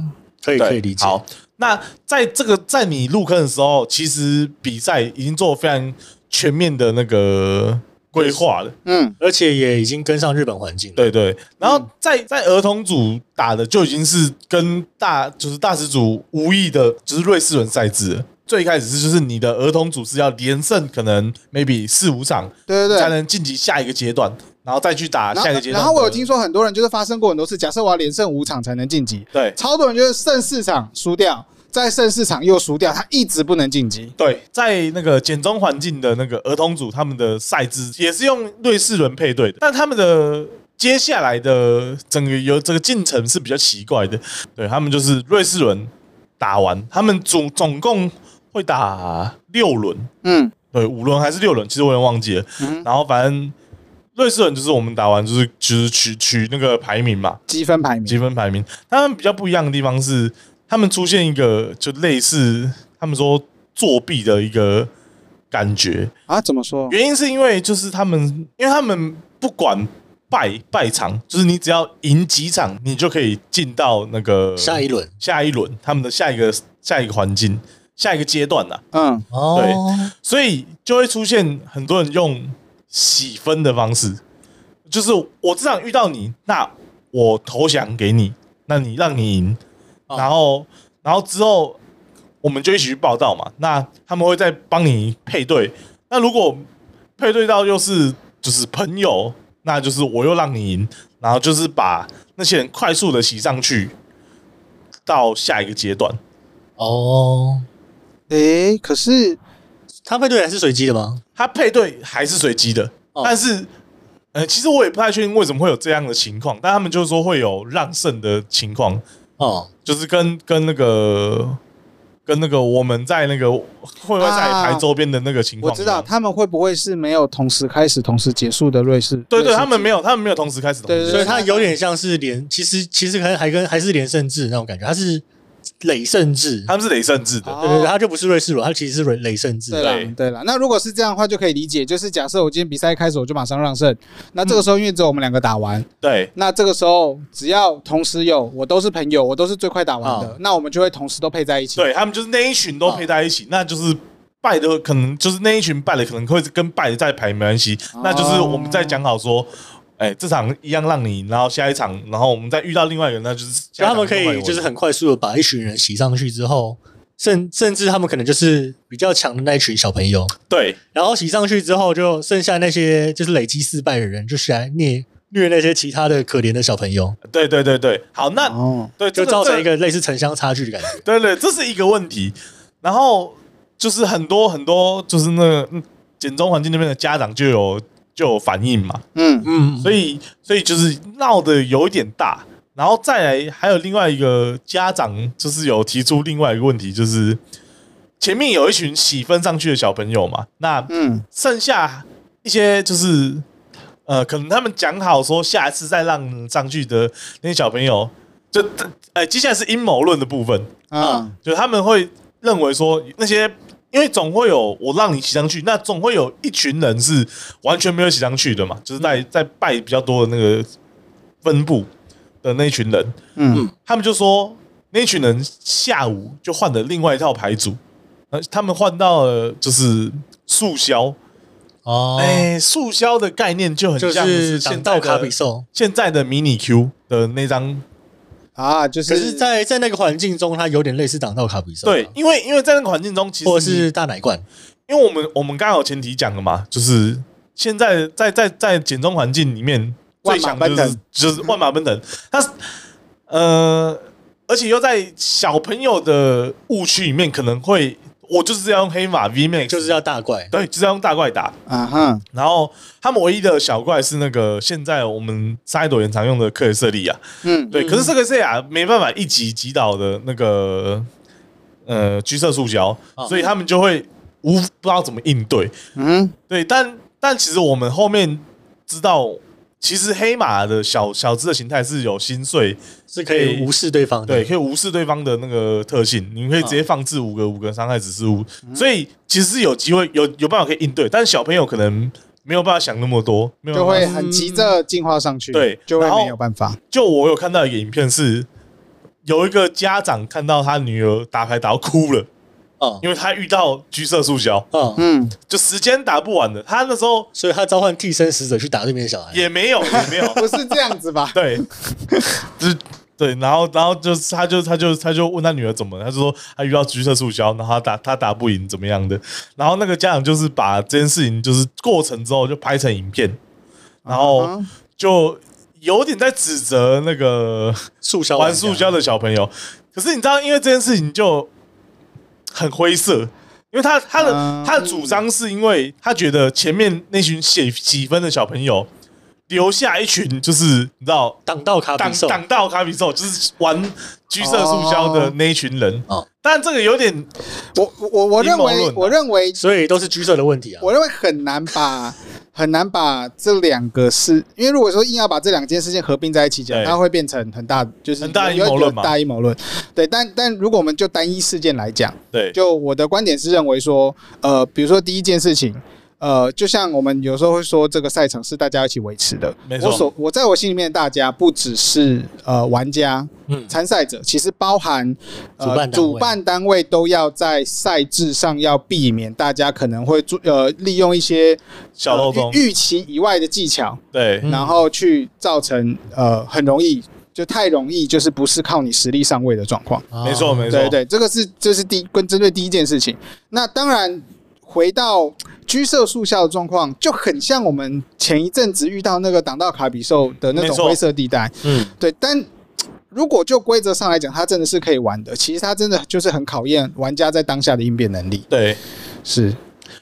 可以
对
可以理解。
好，那在这个在你入坑的时候，其实比赛已经做非常全面的那个规划了。
嗯，
而且也已经跟上日本环境了。
对对，然后在、在儿童组打的就已经是跟大就是大师组无异的，就是瑞士轮赛制了。最一开始是就是你的儿童组是要连胜，可能 maybe 四五场
对对对，
才能晋级下一个阶段，然后再去打
然
下一
后
个阶，段
然
的。
后我有听说很多人就是发生过很多次，假设我要连胜五场才能晋级，
对
超多人就是胜四场输掉，在盛市场又输掉，他一直不能晋级。
对，在那个简中环境的那个儿童组，他们的赛制也是用瑞士轮配对的，但他们的接下来的整个有这个进程是比较奇怪的。对他们就是瑞士轮打完，他们总总共会打六轮，
嗯，
对，五轮还是六轮，其实我有点忘记了。
嗯
然后反正瑞士轮就是我们打完就是就是取取那个排名嘛，
积分排名
积分排名。他们比较不一样的地方是，他们出现一个就类似他们说作弊的一个感觉，
啊？怎么说？
原因是因为就是他们，因为他们不管败败场，就是你只要赢几场，你就可以进到那个
下一轮
下一轮他们的下一个下一个环境下一个阶段啊啦，
嗯，
哦，
所以就会出现很多人用洗分的方式，就是我这场遇到你，那我投降给你，那你让你赢，
哦
然后然后之后我们就一起去报道嘛。那他们会再帮你配对，那如果配对到又是就是朋友，那就是我又让你赢，然后就是把那些人快速的洗上去到下一个阶段。
哦，
诶、可是
他配对还是随机的吗？
它配对还是随机的，
哦
但是呃，其实我也不太确定为什么会有这样的情况，但他们就是说会有让胜的情况，
哦，
就是跟跟那个跟那个我们在那个会不会在
啊
台周边的那个情况
我
一样、
知道他们会不会是没有同时开始、同时结束的瑞士？
对
瑞
对，
士
他们没有，他们没有同时开始同时
对对
所以他有点像是连，其实其实还还跟还是连胜制那种感觉，他是累胜制，
他们是累胜制的，
哦
对对对，他就不是瑞士轮，他其实是累累胜制
对
的。
啦
对，
对啦。那如果是这样的话，就可以理解，就是假设我今天比赛一开始我就马上让胜，那这个时候因为只有我们两个打完，
对
那这个时候只要同时有我都是朋友，我都是最快打完的
啊，
那我们就会同时都配在一起。
对，他们就是那一群都配在一
哦
起，那就是。败的可能就是那一群败的，可能会跟败的在排没关系。
哦
那就是我们再讲好说，哎、这场一样让你赢，然后下一场，然后我们再遇到另外一个人，那就是下
就
一
他
场
们可
另外一
以
个
就是
人
很快速的把一群人洗上去之后，甚甚至他们可能就是比较强的那一群小朋友，
对，
然后洗上去之后，就剩下那些就是累积失败的人，就是来虐虐那些其他的可怜的小朋友，
对对对对，好，那、
哦，
对这
就
个
造成一
这
个类似城乡差距的感觉。
对对，这是一个问题。然后就是很多很多，就是那个嗯简中环境那边的家长就有就有反应嘛，
嗯，
嗯，
所以所以就是闹得有一点大。然后再来还有另外一个家长，就是有提出另外一个问题，就是前面有一群喜分上去的小朋友嘛，那
嗯，
剩下一些就是呃，可能他们讲好说下一次再让上去的那些小朋友，就呃，接下来是阴谋论的部分，
啊，
就他们会认为说那些。因为总会有我让你骑上去，那总会有一群人是完全没有骑上去的嘛，就是
嗯
在在拜比较多的那个分部的那一群人，
嗯，
他们就说那一群人下午就换了另外一套牌组，呃，他们换到了就是速销，
哦，
哎、速销的概念就很
就
像
是挡
现
道
在
卡
的
比兽。
现在的迷你 Q 的那张，
啊，就是，
可是在，在那个环境中，它有点类似挡道卡比兽，啊
对，，因为因为在那个环境中，其实
或者
你
是大奶罐，
因为我们我们刚刚有前提讲了嘛，就是现在在在在减重环境里面最
万马
强的就是
奔
就是万马奔腾，但是呃，而且又在小朋友的误区里面可能会，我就是要用黑马 V Max，
就是要大怪。
对，就是要用大怪打，
啊哈，
然后他们唯一的小怪是那个现在我们沙一朵原常用的克雷瑟利亚，
嗯，
对，
嗯
可是这个是呀，没办法一击击倒的那个呃橘色塑胶，
哦
所以他们就会无不知道怎么应对。
嗯，
对，但但其实我们后面知道，其实黑马的小小只的形态是有心碎，
是可以无视对
啊
方的。
对，，可以无视对方的那个特性，你可以直接放置五个五个伤害指示物，
嗯
所以其实是有机会有有办法可以应对，但是小朋友可能没有办法想那么多，没有
就
办法
会很急着进化上去，
啊对
就会
然后
没有办法，
就我有看到一个影片是，有一个家长看到他女儿打牌打到哭了，
嗯
因为他遇到橘色塑胶，
嗯，
嗯，
就时间打不完的。他那时候
所以他召唤替身使者去打对面的小孩。
也没有，也没有，
不是这样子吧？
对，就是对，然后然后就是他就他就他就问他女儿怎么了，他就说他遇到橘色塑胶，然后他打他打不赢怎么样的，然后那个家长就是把这件事情就是过程之后就拍成影片，然后
嗯
就有点在指责那个
塑胶
玩塑胶
的，
的小朋友。可是你知道，因为这件事情就很灰色，因为他他的、
嗯
他的主张是因为他觉得前面那群写几分的小朋友留下一群就是你知道
挡到卡
挡
啊比兽，
挡到卡比兽，就是玩橘色塑胶的那一群人。
哦
但这个有点
我我我我
阴
认
谋
为
论啊
我认为
所以都是居社的问题啊。
我认为很难把很难把这两个事，因为如果说硬要把这两件事情合并在一起讲，
对
它会变成很大，就是
很大
有
阴谋论
有
嘛
大阴谋论。对，但但如果我们就单一事件来讲，
对，
就我的观点是认为说，呃，比如说第一件事情。呃，就像我们有时候会说，这个赛程是大家一起维持的。
没错
我所我在我心里面，大家不只是呃玩家、
嗯，
参赛者，其实包含、呃、
主办单位
主办单位都要在赛制上要避免大家可能会做呃利用一些
小漏
呃，
洞
预预期以外的技巧，
对
嗯
然后去造成呃很容易就太容易就是不是靠你实力上位的状况。
啊
没错，没错，
对对，这个是这是第跟针对第一件事情。那当然，回到居社速效的状况，就很像我们前一阵子遇到那个挡道卡比兽的那
没
种
错
灰色地带。
嗯，
对，但如果就规则上来讲，它真的是可以玩的。其实它真的就是很考验玩家在当下的应变能力。
对，
是，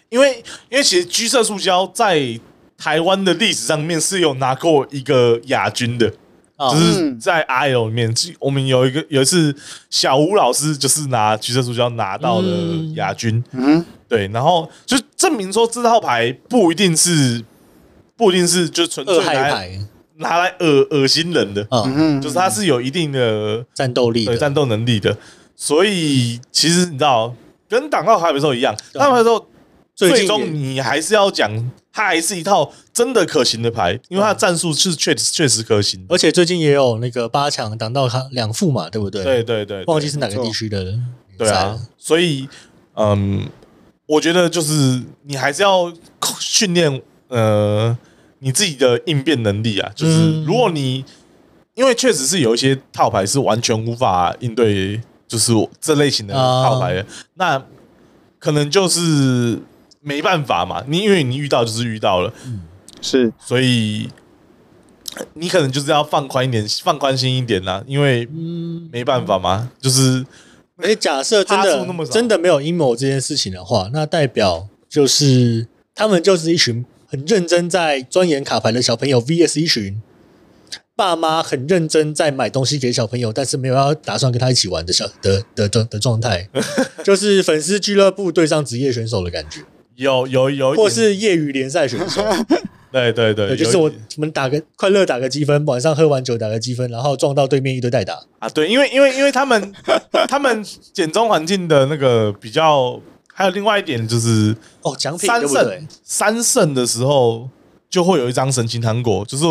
因为因为其实橘色塑胶在台湾的历史上面是有拿过一个亚军的，
啊
就，是
嗯
在 I O 里面，我们有一个有一次小吴老师就是拿橘色塑胶拿到了
嗯
亚军，
嗯，
对，然后就证明说这套牌不一定是不一定是就纯粹
二
拿
害
来
牌
拿来恶恶心人的，
啊，
嗯，
就是它是有一定的呃
战斗力的
对战斗能力的，所以其实你知道跟挡到海北兽一样，
对啊
挡到海北兽
最近
最
也
终你还是要讲，它还是一套真的可行的牌，因为它的战术是确确实可行的。
而且最近也有那个八强挡到他两副嘛，对不对？
对，对对，对
忘记是哪个地区的联赛
对啊
了，，
所以嗯，我觉得就是你还是要训练呃你自己的应变能力啊，就是
嗯
如果你因为确实是有一些套牌是完全无法应对，就是我这类型的
啊
套牌的，那可能就是没办法嘛，你因为你遇到就是遇到了。
是，
所以呃你可能就是要放宽一点，放宽心一点啦，因为
嗯，
没办法嘛，就是
而且假设真
趴数那么
的
少
真的没有阴谋这件事情的话，那代表就是他们就是一群很认真在钻研卡牌的小朋友 VS 一群爸妈很认真在买东西给小朋友，但是没有要打算跟他一起玩的小的的的的状 态，就是粉丝俱乐部对上职业选手的感觉，
有有有一点，
或是业余联赛选手。
对对对，
对，就
有
是
一
我
点
我们打个快乐打个积分，晚上喝完酒打个积分，然后撞到对面一堆代打。
啊，对，因为因为因为他们他们简中环境的那个比较，还有另外一点就是
哦，奖品
三
对不对
胜？三胜的时候就会有一张神奇糖果，就是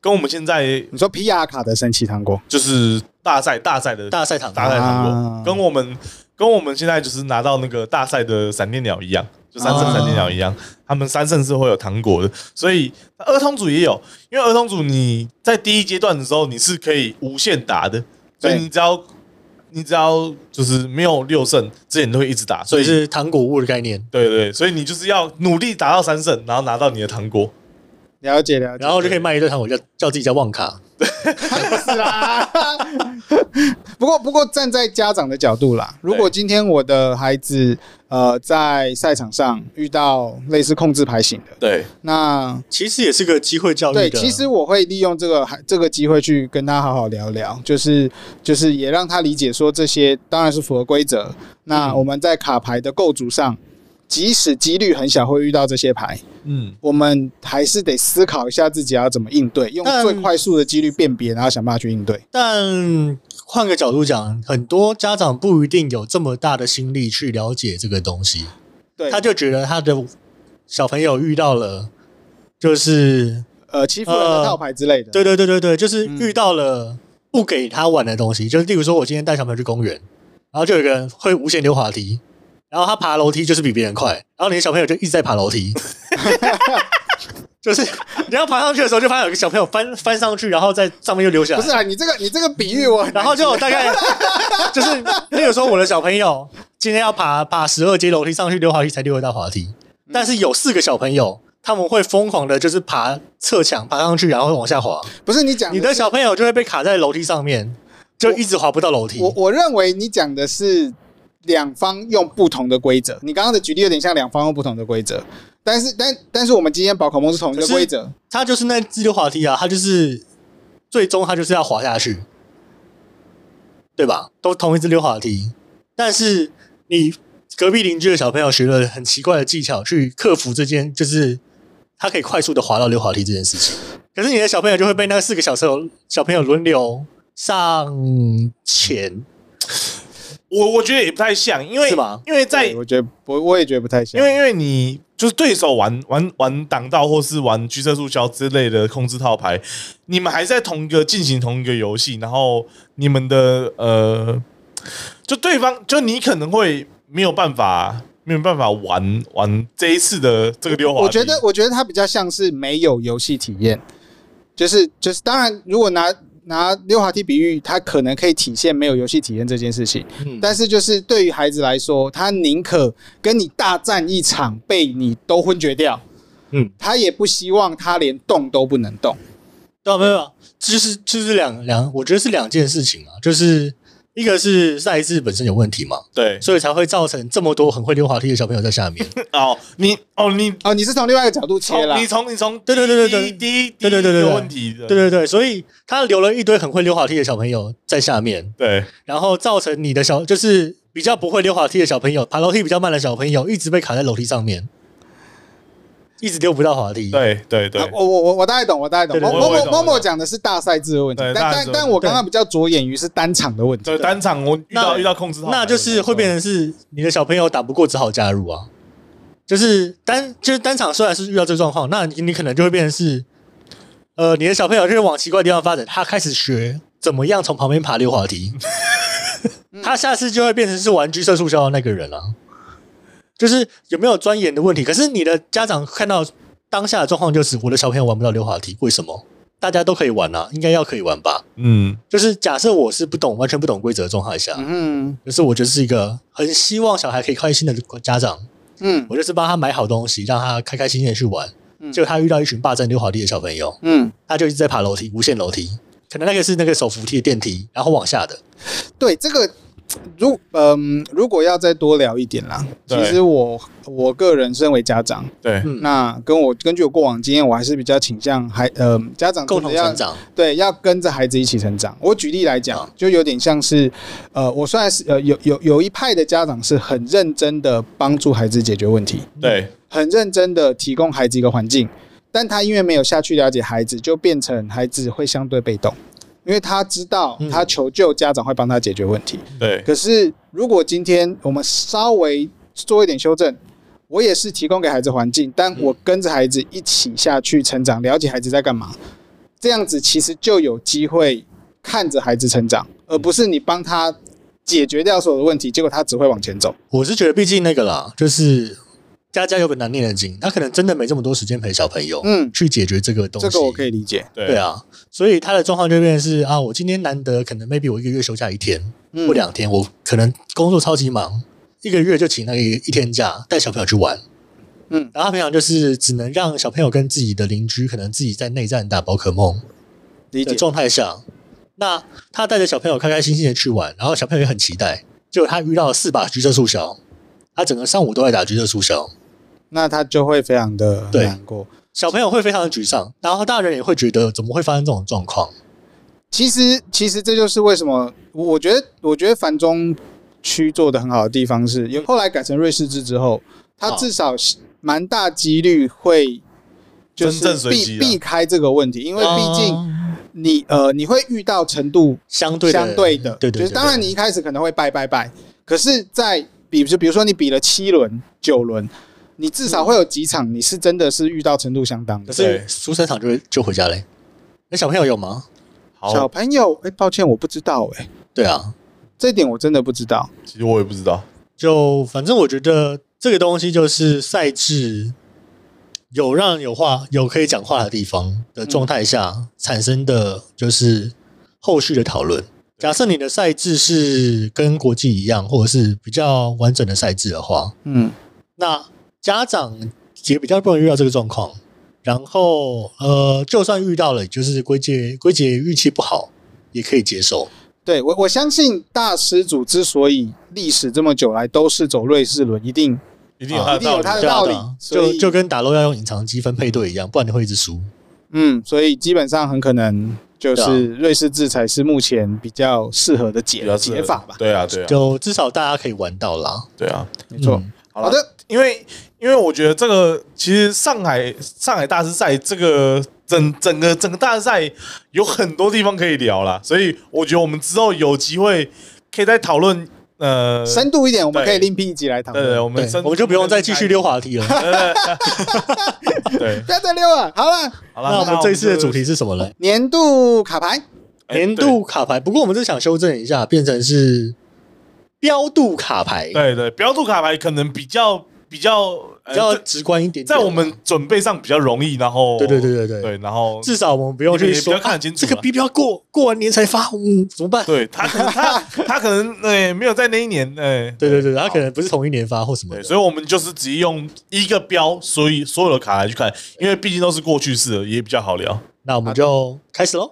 跟我们现在
你说皮亚卡的神奇糖果，
就是大赛大赛的
大赛场
大赛糖
啊
果，跟我们跟我们现在就是拿到那个大赛的闪电鸟一样，就三胜
啊
闪电鸟一样，他们三胜是会有糖果的，所以儿童组也有，因为儿童组你在第一阶段的时候你是可以无限打的，所
对
以你只要你只要就是没有六胜之前你都会一直打，所
所
以
以是糖果屋的概念。
对对，所以你就是要努力打到三胜，然后拿到你的糖果。
了解了解
然，后就可以卖一堆糖果，叫叫自己叫旺卡。
是啦。 不过，不过站在家长的角度啦，如果今天我的孩子呃在赛场上遇到类似控制牌型的，
对，
那
其实也是哦个机会教育
对，
的。
其实我会利用这个这个机会去跟他好好聊聊，就是就是也让他理解说这些当然是符合规则。
嗯
那我们在卡牌的构筑上，即使几率很小会遇到这些牌，
嗯，
我们还是得思考一下自己要怎么应对，用
但
最快速的几率辨别，然后想办法去应对。
但换个角度讲，很多家长不一定有这么大的心力去了解这个东西，
对，
他就觉得他的小朋友遇到了，就是
呃欺负人的套牌之类的。
对对对对对，就是
嗯
遇到了不给他玩的东西，就是例如说，我今天带小朋友去公园，然后就有一个人会无限溜滑梯，然后他爬楼梯就是比别人快，然后你的小朋友就一直在爬楼 梯，就是你要爬上去的时候，就发现有个小朋友翻翻上去，然后在上面就溜下
不是
来。
啊，你这个你这个比喻 我很难
然后就有 大概就是，例如说我的小朋友今天要爬爬十二阶楼梯上去溜滑梯才溜得到滑梯，
嗯
但是有四个小朋友他们会疯狂的，就是爬侧墙爬上去，然后会往下滑。
不是你讲
你的小朋友就会被卡在楼梯上面，就一直滑不到楼梯。
我我认为你讲的是两方用不同的规则。你刚刚的举例有点像两方用不同的规则，但是但但是我们今天宝可梦是同一个
可是
规则，
它就是那自由滑梯啊，它就是最终它就是要滑下去，对吧？都同一只溜滑梯，但是你隔壁邻居的小朋友学了很奇怪的技巧去克服这件，就是他可以快速的滑到溜滑梯这件事情。可是你的小朋友就会被那四个小朋友小朋友轮流上前，
我我觉得也不太像，因为
是吗
因为在
对我觉得我我也觉得不太像，
因为因为你就是对手玩玩玩挡道或是玩橘色速销之类的控制套牌，你们还是在同一个进行同一个游戏，然后你们的呃，就对方就你可能会没有办法没有办法玩玩这一次的这个溜滑梯
我觉得，我觉得它比较像是没有游戏体验，就是就是，当然，如果拿拿溜滑梯比喻，它可能可以体现没有游戏体验这件事情。
嗯
但是，就是对于孩子来说，他宁可跟你大战一场，被你都昏厥掉，
嗯，
他也不希望他连动都不能动。
对、啊，没有没有，这就是就是两两，我觉得是两件事情啊，就是一个是赛制本身有问题嘛，
对
所以才会造成这么多很会溜滑梯的小朋友在下面。
哦，你哦你
哦，你是从另外一个角度切啦
哦从你。从你从
对对对对对
第一第一
对对对对
第一
对
个问题的
对对对，所以他留了一堆很会溜滑梯的小朋友在下面，
对
然后造成你的小就是比较不会溜滑梯的小朋友，爬楼梯比较慢的小朋友一直被卡在楼梯上面，一直溜不到滑梯。，
对对对
啊我我我我大概懂，我大概懂。
对对
某
对
某
我
某
也懂
某
我
某
也懂
讲的是大赛制的问题，
对
但
大赛
但
制
但我刚刚比较着眼于是单场的问题。
对，单场我遇到
那
遇到控制套牌，
那就是会变成是你的小朋友打不过，只好加入啊。就是单就是单场虽然是遇到这状况，那你你可能就会变成是，呃，你的小朋友就是往奇怪的地方发展，他开始学怎么样从旁边爬溜滑梯， 他下次就会变成是玩橘色促销的那个人了、啊。就是有没有钻研的问题，可是你的家长看到当下的状况就是我的小朋友玩不到溜滑梯，为什么？大家都可以玩啊，应该要可以玩吧？
嗯
就是假设我是不懂完全不懂规则的状态下，
嗯
可是我就是一个很希望小孩可以开心的家长，
嗯
我就是帮他买好东西，让他开开心心的去玩。
嗯
结果他遇到一群霸占溜滑梯的小朋友，
嗯。
他就一直在爬楼梯，无限楼梯，可能那个是那个手扶梯的电梯，然后往下的。
对这个，如嗯、如果要再多聊一点啦，
对
其实我我个人身为家长，
对
嗯，
那跟我根据我过往经验，我还是比较倾向孩呃家长
共
真的
同
要
成长。
对，要跟着孩子一起成长。我举例来讲
啊，
就有点像是，呃，我虽然是呃有有有一派的家长是很认真的帮助孩子解决问题，
对
很认真的提供孩子一个环境，但他因为没有下去了解孩子，就变成孩子会相对被动，因为他知道
嗯
他求救，家长会帮他解决问题。
对
可是如果今天我们稍微做一点修正，我也是提供给孩子环境，但我跟着孩子一起下去成长，了解孩子在干嘛，这样子其实就有机会看着孩子成长，而不是你帮他解决掉所有的问题，结果他只会往前走。
我是觉得，毕竟那个啦，就是家家有本难念的经，他可能真的没这么多时间陪小朋友，
嗯
去解决这个东西。
这个我可以理解。
对
对啊，所以他的状况就变成是啊，我今天难得可能 maybe 我一个月休假一天
嗯
或两天，我可能工作超级忙，一个月就请那个一天假带小朋友去玩。
嗯，
然后他平常就是只能让小朋友跟自己的邻居，可能自己在内战打宝可梦
理
的
解。
状态下，那他带着小朋友开开心心的去玩，然后小朋友也很期待，结果他遇到了四把橘色速销，他整个上午都在打橘色速销，
那他就会非常的
对
难过。
小朋友会非常的沮丧，然后大人也会觉得怎么会发生这种状况？
其实，其实这就是为什么我我觉得，我觉得繁中区做的很好的地方是，有后来改成瑞士制之后，它
好
至少是蛮大几率会就
真正
是
随机
避
啊
避开这个问题，因为毕竟
啊
你呃你会遇到程度
相对的
相对的，
对对
就是当然
你。
你一开始可能会拜拜拜，可是，在比就比如说你比了七轮九轮，你至少会有几场你是真的是遇到程度相当的。
可是蔬菜场就会就回家嘞。那小朋友有吗？
小
好，
朋友，哎、抱歉，我不知道、哎，
对啊，
这一点我真的不知道。
其实我也不知道，
就反正我觉得这个东西就是赛制有让有话有可以讲话的地方的状态下产生的，就是后续的讨论。假设你的赛制是跟国际一样，或者是比较完整的赛制的话，
嗯。
那家长也比较不容易遇到这个状况。然后呃，就算遇到了，就是归结归结运气不好，也可以接受。
对我我相信大师组之所以历史这么久来都是走瑞士轮，一定
一定有它
一定有
的
它的
道理。
对啊
道
对
理
啊，
所
就
以
就跟打肉要用隐藏积分配对一样，不然你会一直输。
嗯，所以基本上很可能就
对
是瑞士制才是目前比较适合的解
啊比较适合
解法吧。
对啊，对啊，
就至少大家可以玩到啦。
对啊。
没错。
嗯
好啦
好的，
因为因为我觉得这个其实上海上海大师赛这个整整个整个大师赛有很多地方可以聊啦，所以我觉得我们之后有机会可以再讨论呃，
深度一点，我们
对
可以另辟一集来讨
对对，
论。
我
对
们深，
我们就不用再继续溜话题了。
对，
不要再溜了，好了，
好了，
那我们这一次的主
就
题是什么呢？
年度卡牌，
哎
年度卡牌。不过我们是想修正一下，变成是标度卡牌，
对对呃对标注卡牌可能比较比较
比较
呃在
直观一点点
在我们准备上比较容易，然后
对对对对对
对，然后
至少我们不用去
也比
说
较看
啊
得清楚
这
啊
个 B 标过过完年才发，嗯，怎么办？
对他可能他他可能哎没有在那一年哎
对对对，他可能不是同一年发或什么
对，
的。
所以我们就是直接用一个标，所以所有的卡来去看，因为毕竟都是过去式了，也比较好聊。
那我们就开始喽。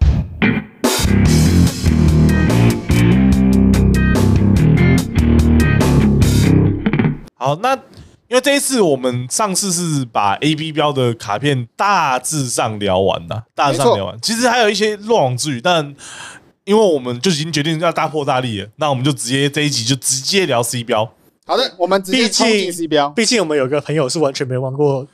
好，那因为这一次我们上次是把 A B 标的卡片大致上聊完了，大致上聊完，其实还有一些漏网之鱼，但因为我们就已经决定要大破大立了，那我们就直接这一集就直接聊 C 标。
好的，我们直接
毕
冲进
竟
C 标。
毕竟我们有个朋友是完全没玩过，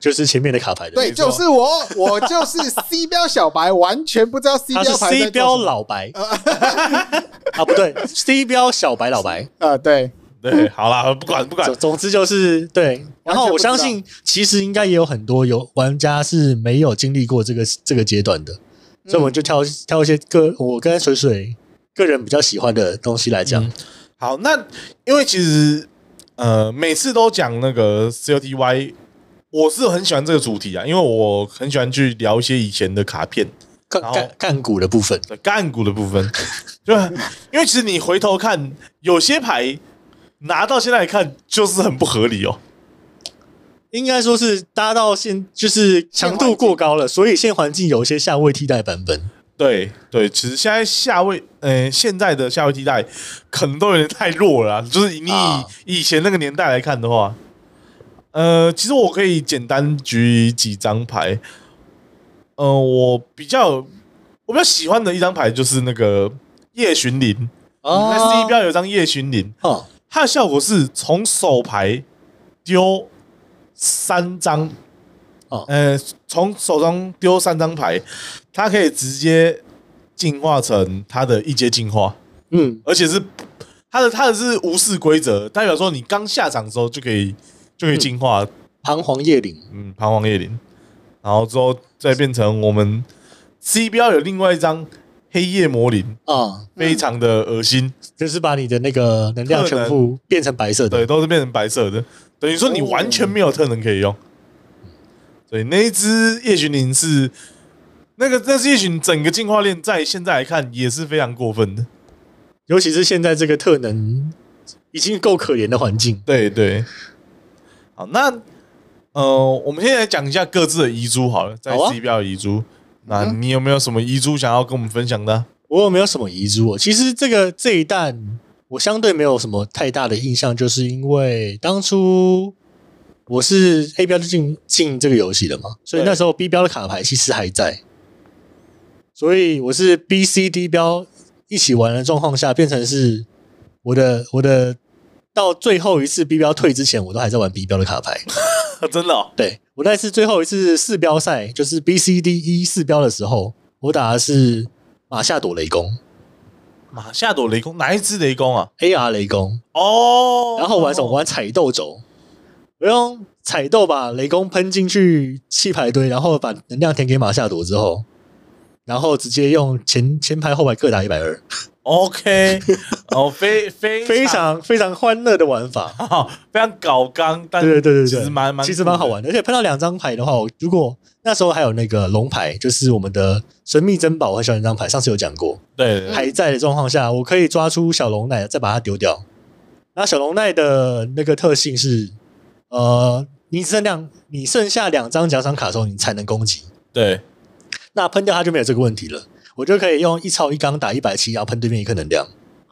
就是前面的卡牌的，
对，
错
就是我，我就是 C 标小白，完全不知道 C
他是
标牌
C
在做
标
什么
老 白啊，不对，C 标小白老白。
啊，对，
对，好啦，不管不管
总，总之就是对。然后我相信，其实应该也有很多有玩家是没有经历过这个这个阶段的，所以我们
嗯
就挑挑一些个我跟水水个人比较喜欢的东西来讲。
嗯好，那因为其实呃，每次都讲那个 COTY，我是很喜欢这个主题啊，因为我很喜欢去聊一些以前的卡片
干
然后
干干股的部分，
的干股的部分， 就因为其实你回头看，有些牌拿到现在看就是很不合理哦。
应该说是搭到现就是强度过高了，所以现环境有一些下位替代版本。
对对，其实现在下位，呃，现在的下位替代可能都有点太弱了啦就是你以、
啊
以前那个年代来看的话，呃，其实我可以简单举几张牌。呃，我比较我比较喜欢的一张牌就是那个夜巡林，
哦
那 C 标有一张夜巡林，
哦，
它的效果是从手牌丢三张，
哦
呃，从手中丢三张牌，它可以直接进化成它的一阶进化，
嗯，
而且是它的它的是无视规则，代表说你刚下场的时候就可以就可以进化，
彷徨夜岭
嗯，彷徨夜林，然后之后再变成我们 C 标有另外一张黑夜魔灵，
啊，
非常的恶心。
就是把你的那个能量全部变成白色的
对，。都是变成白色的，等于说你完全没有特能可以用。对，那一只夜巡灵是那个，那是夜巡整个进化链在现在来看也是非常过分的。
尤其是现在这个特能已经够可怜的环境。
对对，好，那呃，我们现在来讲一下各自的遗珠好了，嗯在
好啊
C 标的遗珠，那你有没有什么遗珠想要跟我们分享的啊？
我有没有什么遗珠哦？其实这个这一弹，我相对没有什么太大的印象，就是因为当初我是 A 标就进进这个游戏了嘛，所以
对
那时候 B 标的卡牌其实还在，所以我是 B、C、D 标一起玩的状况下，变成是我的我的到最后一次 B 标退之前，我都还在玩 B 标的卡牌。
真的、哦，
对我那次最后一次四标赛，就是 B、C、D、E 四标的时候，我打的是马夏朵雷公。
马夏朵雷公哪一只雷公啊？
AR 雷公，
哦，
然后玩什么？玩彩豆轴，我用彩豆把雷公喷进去气排堆，然后把能量填给马夏朵之后，然后直接用前前排后排各打一百二，
？OK，哦，非非
非常非常欢乐的玩法。
好哦非常搞刚，但
对对对对对，
其实蛮蛮
其实蛮好玩的，而且碰到两张牌的话，我如果那时候还有那个龙牌，就是我们的神秘珍宝，我很喜欢那张牌，上次有讲过，
对，对对
还在的状况下，我可以抓出小龙奈，再把它丢掉。那小龙奈的那个特性是，呃，你剩两，你剩下两张奖赏卡的时候，你才能攻击。
对，
那喷掉它就没有这个问题了。我就可以用一超一刚打一百七，然后喷对面一颗能量。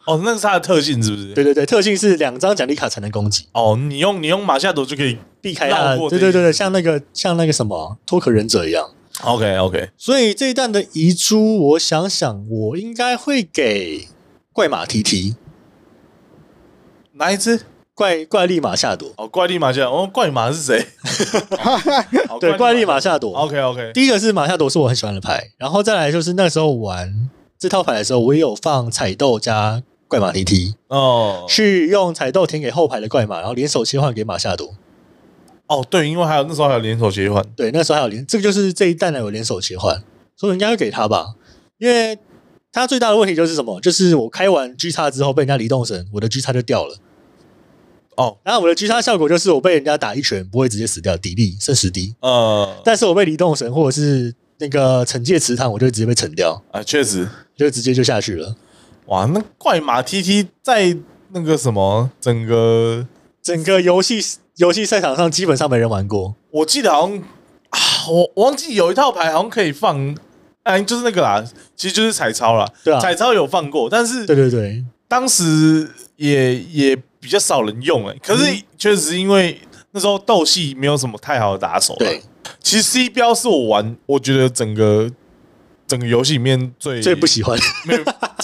哦，那个是它的特性是不是？
对对对，特性是两张奖励卡才能攻击，
哦，你用你用马夏朵就可以。
避开它
绕
的。
过
对
这
对
一
对
关
对，像那个像那个什么脱壳忍者一样。
OK OK，
所以这一弹的遗珠，我想想，我应该会给怪马提提、
哪一只？
怪怪力马夏朵。
哦，怪力马夏，哦，怪马是谁？哦
对，怪力马。夏朵。
OK OK，
第一个是马夏朵是我很喜欢的牌，然后再来就是那时候玩这套牌的时候，我也有放彩豆加怪马提提，
哦
去用彩豆填给后排的怪马，然后联手切换给马夏朵。
哦，对，因为还有那时候还有联手切换。
对，那时候还有联，这个就是这一弹呢有联手切换，所以我应该会给他吧，因为他最大的问题就是什么？就是我开完 G 叉之后被人家离动神，我的 G 叉就掉了。
哦，
然后我的 G 叉效果就是我被人家打一拳不会直接死掉，底力剩十滴，
呃，
但是我被离动神或者是那个惩戒池塘，我就直接被惩掉，
啊，确实，
就直接就下去了。
哇，那怪马 TT 在那个什么，整个
整个游戏游戏赛场上基本上没人玩过，
我记得好像啊，我我忘记有一套牌好像可以放，哎，就是那个啦，其实就是彩超啦，
对啊
彩超有放过，但是
对对对，
当时也也比较少人用哎、可是确实因为那时候斗戏没有什么太好的打手啦
对，
其实 C 标是我玩，我觉得整个整个游戏里面最
最不喜欢，
没有对 啊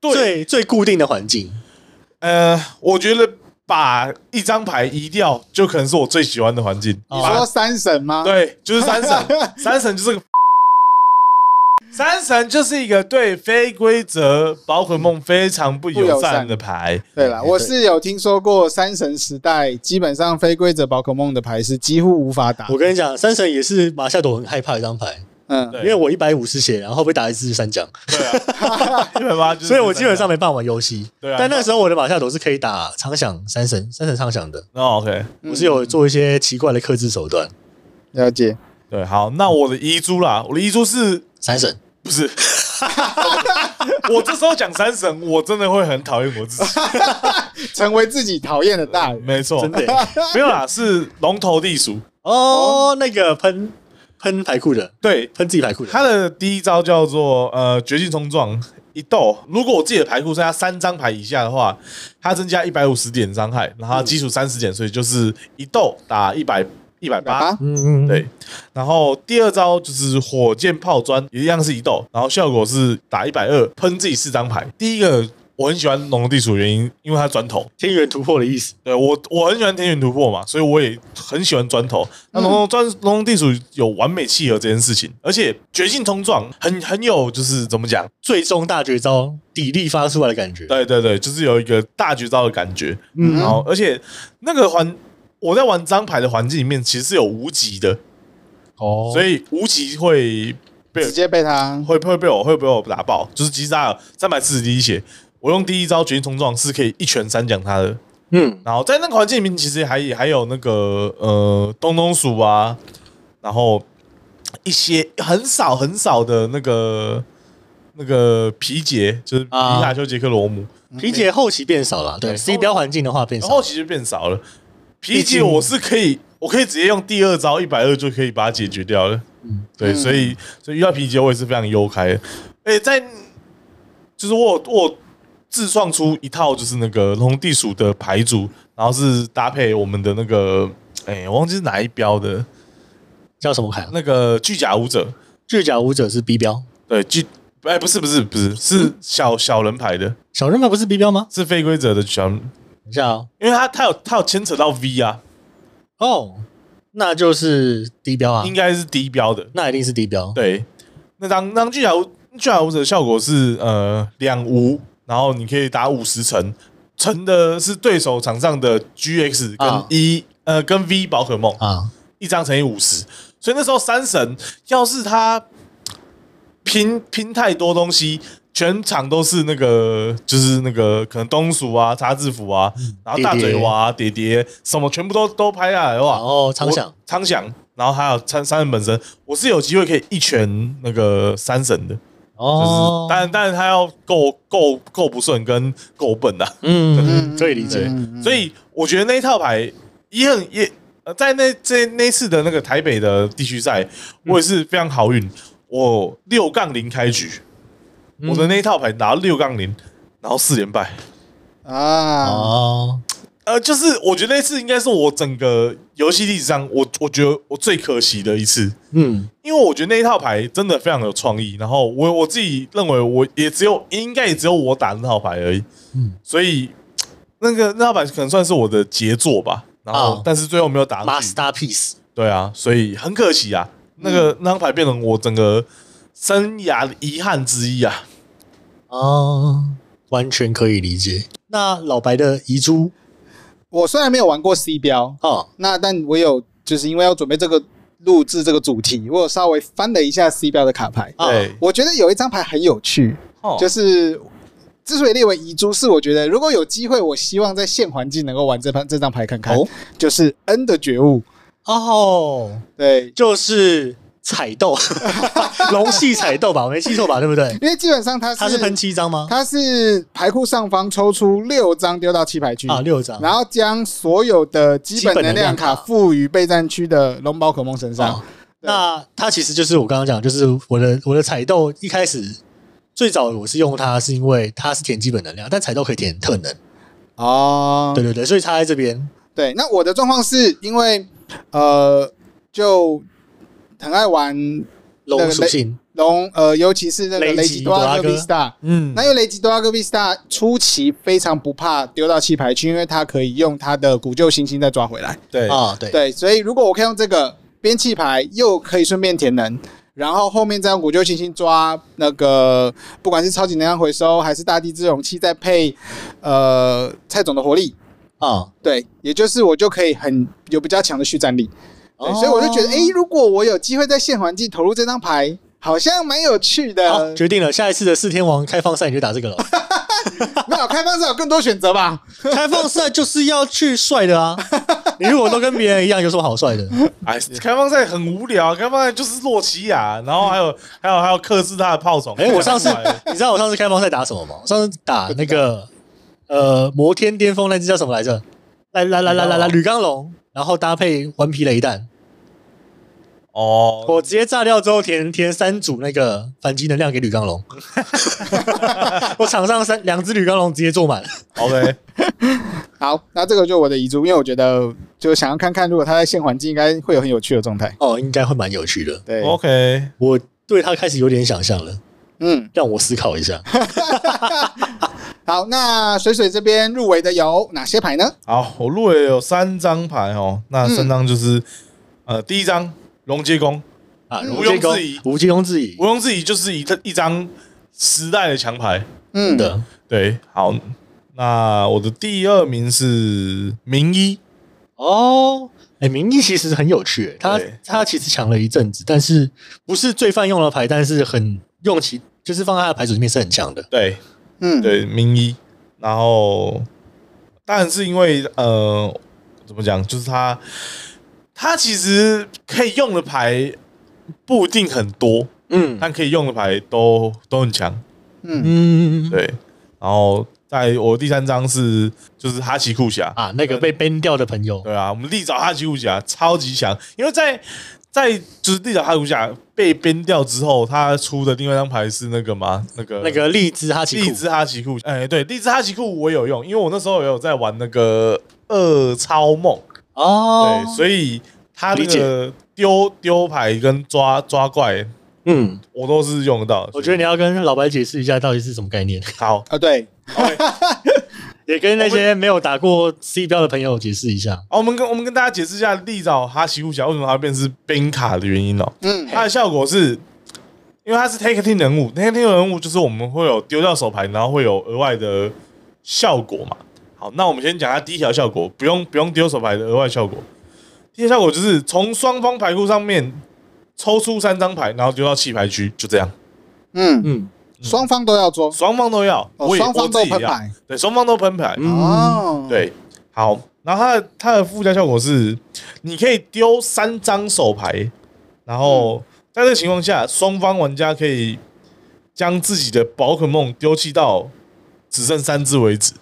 最最固定的环境，
呃，我觉得把一张牌移掉，就可能是我最喜欢的环境。
你
把
哦说三神吗？，
对，就是三神，三神就是个 三神就是一个对非规则宝可梦非常
不
不友
友
善
善
的牌。
对
哎
了，我是有听说过三神时代，基本上非规则宝可梦的牌是几乎无法打
我。跟你讲，三神也是马夏朵很害怕的一张牌，
嗯，
对
因为我一百五十血，然后被打一次就三奖，
对啊，基本上就是
所以我基本上没办法玩游戏。
对啊
但那时候我的马夏朵是可以打长响三神，三神畅想的，
那哦 OK。
我是有做一些奇怪的克制手段。
了解。
对，好，那我的遗珠啦，我的遗珠是
三神，
不是？我这时候讲三神，我真的会很讨厌我自己。
成为自己讨厌的大人。啊
没错，
真的耶
没有啦，是龙头地鼠。
哦，那个喷喷牌库的，
对，
喷自己牌库的，
他的第一招叫做呃绝境冲撞一斗。如果我自己的牌库剩下三张牌以下的话，它增加一百五十点伤害，然后它基础三十点，所以就是一斗打一百一百八
啊。，
嗯，嗯，嗯
对，然后第二招就是火箭炮砖，一样是一斗，然后效果是打一百二，喷自己四张牌。第一个我很喜欢龙地鼠的原因，因为它砖头，
天元突破的意思，
对我我很喜欢天元突破嘛，所以我也很喜欢砖头。那龙龙砖龙龙地鼠有完美契合这件事情，而且绝境冲撞很很有就是怎么讲？
最终大绝招底力发出来的感觉。
对对对，就是有一个大绝招的感觉。
嗯
然后而且那个环我在玩张牌的环境里面其实是有无极的，
哦
所以无极会被
直接被他
会会被我会被我打爆，就是击杀三百四十滴血。我用第一招绝境冲撞是可以一拳三奖他的，
嗯，
然后在那个环境里面，其实还还有那个呃东东鼠啊，然后一些很少很少的那个那个皮杰，就是皮
啊
卡丘杰克罗姆，
皮姐后期变少了，对
嗯对
，C 标环境的话变
然
少
后
了，
其实变少了。皮杰我是可以，我可以直接用第二招一百二就可以把它解决掉了。
嗯
对，所以所以遇到皮杰我也是非常悠开的。哎，在就是我有我有自创出一套就是那个龙地鼠的牌组，然后是搭配我们的那个哎，我忘记是哪一标的
叫什么牌啊？
那个巨甲舞者。
巨甲舞者是 B 标，
对，巨哎不是不是不是是小小人牌的，
小人牌不是 B 标吗？
是非规则的小人，
等一下哦，
因为他他有他有牵扯到 V 啊，
哦，那就是低标啊
应，该是低标的。
那一定是低标。
对，那张那张巨甲舞巨甲舞者的效果是呃两无，然后你可以打五十层，层的是对手场上的 GX 跟
啊
一、呃跟 V 宝可梦，
啊，
一张乘以五十，所以那时候三神要是他拼拼太多东西。全场都是那个，就是那个可能东鼠啊、叉字符啊，然后大嘴娃、啊、爹爹什么，全部都都拍下来的话，
然后苍响
我，苍响，然后还有三三神本身，我是有机会可以一拳那个三神的，就是，
哦，
但但是他要够够够不顺跟够笨啊，
嗯，可以理
对
解，，
所以我觉得那一套牌也很也呃在那这那次
嗯
的那个台北的地区赛，我也是非常好运，我六杠零开局，
嗯
我的那一套牌拿六杠零，然后四连败。
啊，
哦，
呃，就是我觉得那次应该是我整个游戏历史上，我我觉得我最可惜的一次，
嗯，
因为我觉得那一套牌真的非常有创意。然后我我自己认为，我也只有应该也只有我打那套牌而已。
嗯
所以那个那套牌可能算是我的杰作吧。然后，
啊
但是最后没有打上去。
masterpiece，
对啊，所以很可惜啊，那个那张牌变成我整个生涯的遗憾之一啊。
哦，完全可以理解。那老白的遗珠
我虽然没有玩过 C 标，
啊，
那但我有就是因为要准备这个录制这个主题，我有稍微翻了一下 C 标的卡牌。
啊
对，
我觉得有一张牌很有趣，
哦
哦
就是是之所以列为遗珠，是我觉得如果有机会，我希望在现环境能够玩这盘这张牌看看，
哦
就是 N 的觉悟。
哦，
对，
就是彩豆， 龙系彩豆吧，我没记错吧？对不对？
因为基本上它是
它是喷七张吗？
它是牌库上方抽出六张丢到弃牌区
啊，六张。
然后将所有的基本能量卡
基本能量卡
赋予备战区的龙宝可梦身上。
哦那它其实就是我刚刚讲，就是我的我的彩豆一开始最早我是用它，是因为它是填基本能量，但彩豆可以填特能。
哦
对对对，所以插在这边。
对，那我的状况是因为呃，就很爱玩那
龙
个
属
雷
性，
龙，呃，尤其是那个
雷
雷
吉
吉多拉
多拉
戈
戈
V Star。
嗯
那因为雷吉多拉戈 V Star 初期非常不怕丢到弃牌区，因为它可以用它的古旧行星再抓回来。
对
啊，对，
对，所以如果我可以用这个边弃牌，又可以顺便填能，然后后面再用古旧行星抓那个，不管是超级能量回收还是大地之勇气，再配呃蔡总的活力，
啊，
对，也就是我就可以很有比较强的续战力。对，
哦
所以我就觉得，诶，如果我有机会在现环境投入这张牌，好像蛮有趣
好，
的。
决定了，下一次的四天王开放赛你就 打这个了。
没有开放是有更多选择吧？
开放赛就是要去帅的 啊！你如果都跟别人一样，有什么好帅的？
哎，开放赛很无聊，开放赛就是洛奇亚，然后还有还有还有克制他的炮种。
哎，我上次你知道我上次开放赛打什么吗？我上次打那个呃摩天巅峰那只叫什么来着？来来来来来来
吕
吕刚龙，然后搭配顽皮雷弹，
哦，
我直接炸掉之后填填三组那个反击能量给吕刚龙， 我场上三两只吕刚龙直接坐满了。
OK，
好，那这个就我的遗珠，因为我觉得呃就想要看看，如果他在现环境应该会有很有趣的状态。
哦，应该会蛮有趣的。
对，
哦 OK，
我对他开始有点想象了，
嗯，
让我思考 一下。
好，那水水这边入围的有哪些牌呢？
好，我入围有三张牌哦，那三张就是呃，第一张龙接工，
啊，
嗯
无
毋
间
庸
公
置疑，
无间公自疑
毋庸置疑就是一一张时代的强牌。
嗯，
的
对，好，那我的第二名是名医，
哦。哎，明义其实很有趣，他
对
他其实强了一阵子，但是不是罪犯用的牌，但是很用其就是放在他的牌组里面是很强的。
对
嗯，
对，名医，然后当然是因为呃，怎么讲，就是他他其实可以用的牌不一定很多，
嗯
但可以用的牌都都很强，
嗯，
嗯
对，然后在我第三张是就是哈奇库侠，
啊，那个被 ban 掉的朋友
对啊，我们力找哈奇库侠超级强，因为在在就是力找哈奇库侠被编掉之后，他出的另外一张牌是那个嘛，那个
那个荔枝哈奇库
荔枝哈奇库，哎、对，荔枝哈奇库我有用，因为我那时候有在玩那个恶超梦，
哦，
对，所以他那
理解
个丢丢牌跟抓抓怪，
嗯，
我都是用得到的。
我觉得你要跟老白解释一下到底是什么概念，
好，
啊，对，
也跟那些没有打过 C 标的朋友解释一下。
哦，我们跟我们跟大家解释一下利爪哈奇库侠为什么它会变成是冰卡的原因哦。
嗯，
它的效果是，因为它是 take team 人物，take team 人物就是我们会有丢掉手牌，然后会有额外的效果嘛。好，那我们先讲它第一条效果，不用不用丢手牌的额外效果。第一条效果就是从双方牌库上面抽出三张牌，然后丢到弃牌区，就这样，
嗯，
嗯，
双方都要捉，
双方都要，
哦，
我也
双
我
方
自
都
己也啊
喷
要，
牌，
对，双方都喷牌，
嗯
哦，，
对，好，然后它的它的附加效果是，你可以丢三张手牌，然后在这个情况下，双方玩家可以将自己的宝可梦丢弃到只剩三只为止。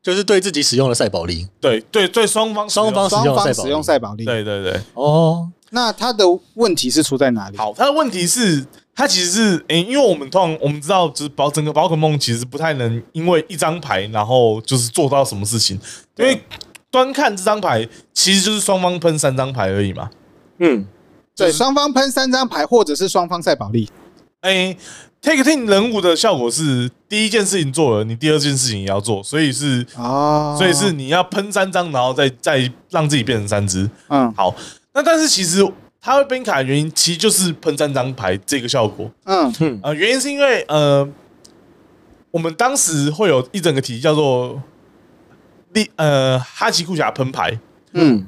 就是对自己使用的赛宝力
对对对，双方
双方
双方使用赛宝力。
对对对。
哦，
那它的问题是出在哪里？
好，它的问题是它其实是诶、因为我们通常我们知道，就是宝整个宝可梦其实不太能因为一张牌，然后就是做到什么事情，因为端看这张牌其实就是双方喷三张牌而已嘛。
嗯，
对，双方喷三张牌，或者是双方赛宝利。
诶、t a k e Team 人物的效果是第一件事情做了，你第二件事情也要做，所以是
哦，
所以是你要喷三张，然后再再让自己变成三只。
嗯
好，那但是其实它会变卡的原因，其实就是喷三张牌这个效果。
嗯
呃，原因是因为呃，我们当时会有一整个题叫做利呃哈奇库侠喷牌，
嗯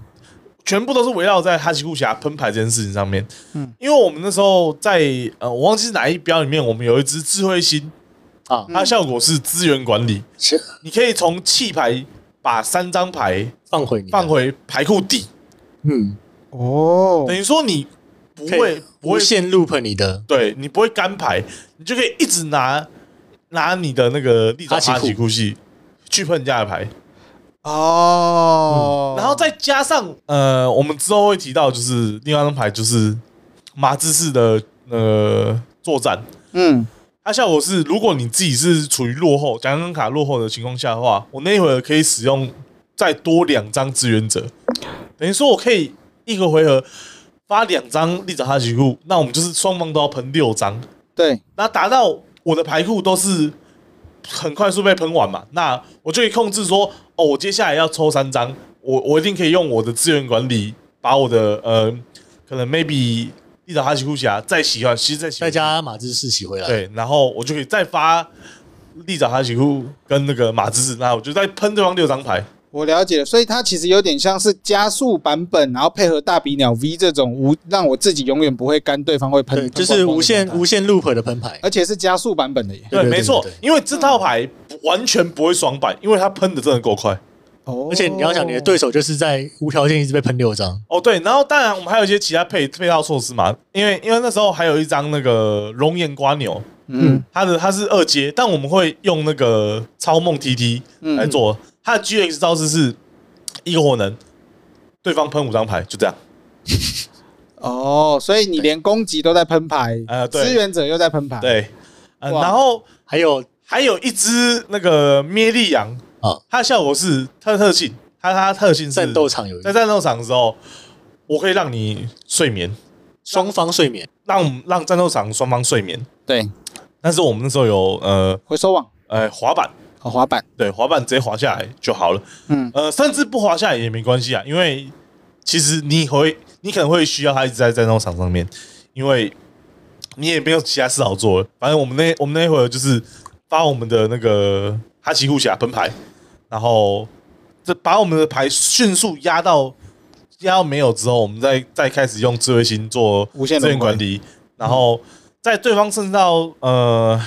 全部都是围绕在哈奇库侠喷牌这件事情上面。
嗯
嗯，因为我们那时候在呃，我忘记是哪一标里面，我们有一只智慧星
啊
它的效果是资源管理，
是
你可以从弃牌把三张牌
放回你的
放，回牌库底，
嗯，
哦
等，于说你不
可以
会不
无
会
限 loop 你的
对你不会干牌，你就可以一直拿拿你的那个立
哈
场
奇库
哈奇库系去碰人家的牌，
哦，
嗯然后再加上呃，我们之后会提到，就是另外一张牌就是马之士的呃作战，
嗯
它效果啊是如果你自己是处于落后奖金卡落后的情况下的话，我那一会儿可以使用再多两张支援者，等于说我可以一个回合发两张立场哈奇库，那我们就是双方都要喷六张。
对，
那达到我的牌库都是很快速被喷完嘛，那我就可以控制说，哦，我接下来要抽三张，我我一定可以用我的资源管理把我的呃，可能 maybe 一张哈奇库侠再喜欢，其实再喜
再
欢
加马自士喜回来，，
对，然后我就可以再发利爪哈奇库跟那个马之士，那我就再喷对方六张牌。
我了解了，所以它其实有点像是加速版本，然后配合大比鸟 V 这种无让我自己永远不会干，对方会喷
对，，就
喷
是
光光
无限
的状态
无限 loop 的喷牌，
而且是加速版本的耶。
对
对，
对
没错
对对，
因为这套牌完全不会双板，因为它喷的真的够快。
哦
而且你要想你的对手就是在无条件一直被喷六张，
哦，对，然后当然我们还有一些其他配配套措施嘛，因为因为那时候还有一张那个熔岩瓜牛，
嗯
它的它是二阶，但我们会用那个超梦 TT
嗯
来做，它的 GX 招式是一个火能，对方喷五张牌，就这样。
哦，所以你连攻击都在喷牌，
呃对
支援者又在喷牌，，
对，呃、
哇
然后
还有
还有一只那个咩利羊
啊
它的效果是它的特性，它它的特性是
战斗，场有一
在
个
战斗场的时候，我可以让你睡眠，
双方睡眠，
让让战斗场双方睡眠。
对，
但是我们那时候有呃
回收网
呃滑板，
和滑板，
对，滑板直接滑下来就好了。
嗯
呃，甚至不滑下来也没关系啊，因为其实你会你可能会需要他一直在战斗场上面，因为你也没有其他事好做了。反正我们那我们那一会儿就是发我们的那个哈奇库侠喷牌，然后这把我们的牌迅速压到压到没有之后，我们再再开始用智慧型做
无限
资源
轮回
管理，然后在对方剩到呃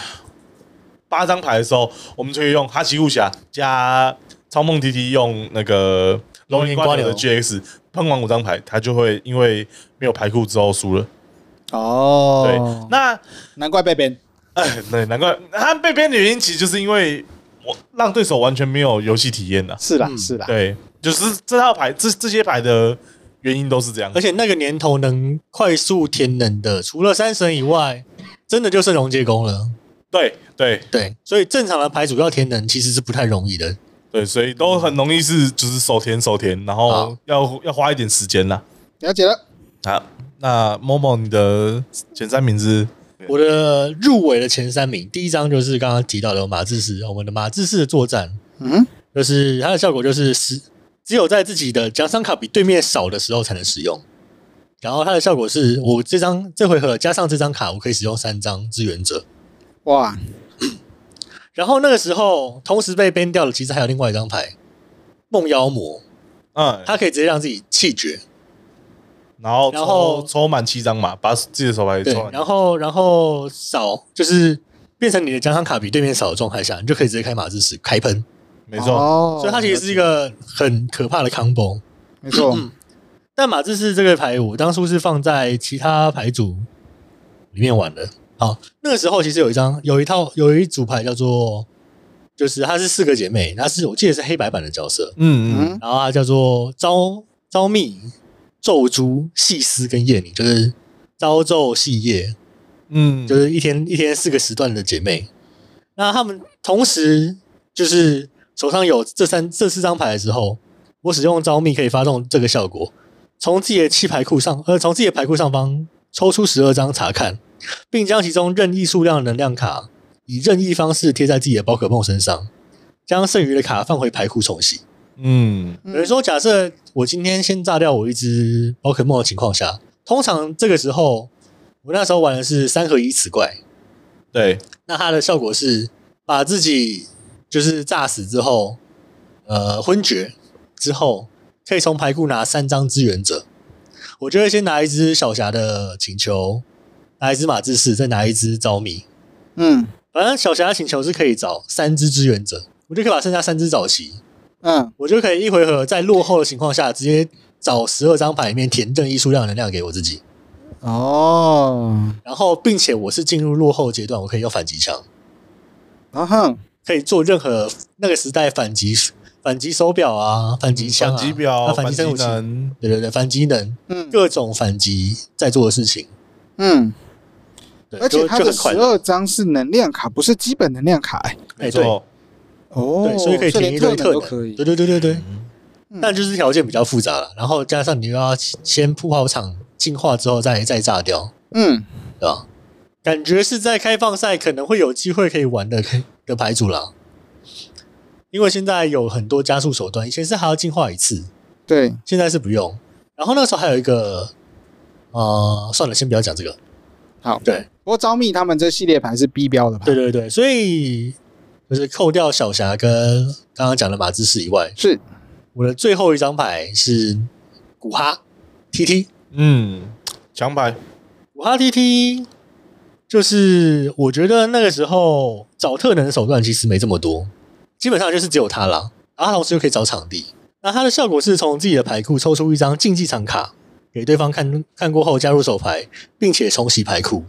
八张牌的时候，我们就可以用哈奇库侠加超梦 TT 用那个龙岩瓜牛的 GX 喷完五张牌，他就会因为没有牌库之后输了。
哦，
对，那
难怪被编，
哎，对，难怪他被编的原因，其实就是因为我让对手完全没有游戏体验的、啊
是啊啦
嗯
是啦，
对，就是这套牌，这这些牌的原因都是这样
而。且那个年头能快速填能的，除了三神以外，真的就剩龙结功了。
对对
对，所以正常的牌主要填能其实是不太容易的。
对，所以都很容易是就是手填手填，然后
好
要要花一点时间啦。
了解了，
好，那某某你的前三名是
我的入围的前三名，第一张就是刚刚提到的马自士，我们的马自士的作战，
嗯，
就是它的效果就是使只有在自己的奖赏卡比对面少的时候才能使用。然后它的效果是我这张这回合加上这张卡，我可以使用三张支援者。
哇，
然后那个时候同时被 ban 掉的，其实还有另外一张牌，梦妖魔，
嗯，
它可以直接让自己气绝。
然后
然后
抽抽满七张嘛，把自己的手牌
对
抽，满。
然后然后少就是变成你的奖赏卡比对面少的状态下，你就可以直接开马自士开喷，
没错，
哦
所以它其实是一嗯个很可怕的 combo。
没错，
但马自士这个牌，我当初是放在其他牌组里面玩的。好，那个时候其实有一张有一套有一组牌叫做，就是它是四个姐妹，它是我记得是黑白版的角色，
嗯嗯，
嗯
然后它叫做招招密、咒珠、细丝跟夜女，就是招咒细夜、
嗯，
就是一天一天四个时段的姐妹。那她们同时就是手上有这三这四张牌的时候，我使用招密可以发动这个效果，从自己的弃牌库上，呃，从自己的牌库上方抽出十二张查看，并将其中任意数量的能量卡以任意方式贴在自己的宝可梦身上，将剩余的卡放回牌库重洗。
嗯
嗯
比如说，假设我今天先炸掉我一只宝可梦的情况下，通常这个时候，我那时候玩的是三合一磁怪，
对，
那它的效果是把自己就是炸死之后，呃，昏厥之后，可以从牌库拿三张支援者。我就会先拿一只小霞的请求，拿一只马志士，再拿一只招迷。
嗯
反正小霞的请求是可以找三只支援者，我就可以把剩下三只找齐。
嗯
我就可以一回合在落后的情况下，直接找十二张牌里面填正一数量的能量给我自己，
哦，
然后并且我是进入落后阶段，我可以用反击枪，
啊哼，
可以做任何那个时代反击反击手表啊，反击枪、啊、
嗯反击表、
啊反击
击
生武器，
能，
对对对，反击能
嗯
各种反击在做的事情，
嗯，
对，
而且
就
它
就
的
很
十
快乐，
二张是能量卡，不是基本能量卡、哎
没
哎
错，
哦，
对，所以可以填
连
一
特
堆
能
特
都
能，
可以
对，对对对对，
嗯
嗯
但就是条件比较复杂了，然后加上你又要先铺好场进化之后再再炸掉，
嗯
对吧？感觉是在开放赛可能会有机会可以玩的的牌组啦，因为现在有很多加速手段，以前是还要进化一次，
对，
现在是不用。然后那时候还有一个，呃，算了，先不要讲这个。
好，
对
不过招密他们这系列牌是 B 标的牌，
对对对，所以就是扣掉小霞跟刚刚讲的马兹士以外，
是
我的最后一张牌是古哈 TT，
嗯，强牌，
古哈 TT 就是我觉得那个时候找特能的手段其实没这么多，基本上就是只有它啦。然后它同时又可以找场地。那它的效果是从自己的牌库抽出一张竞技场卡，给对方看看过后加入手牌，并且重洗牌库。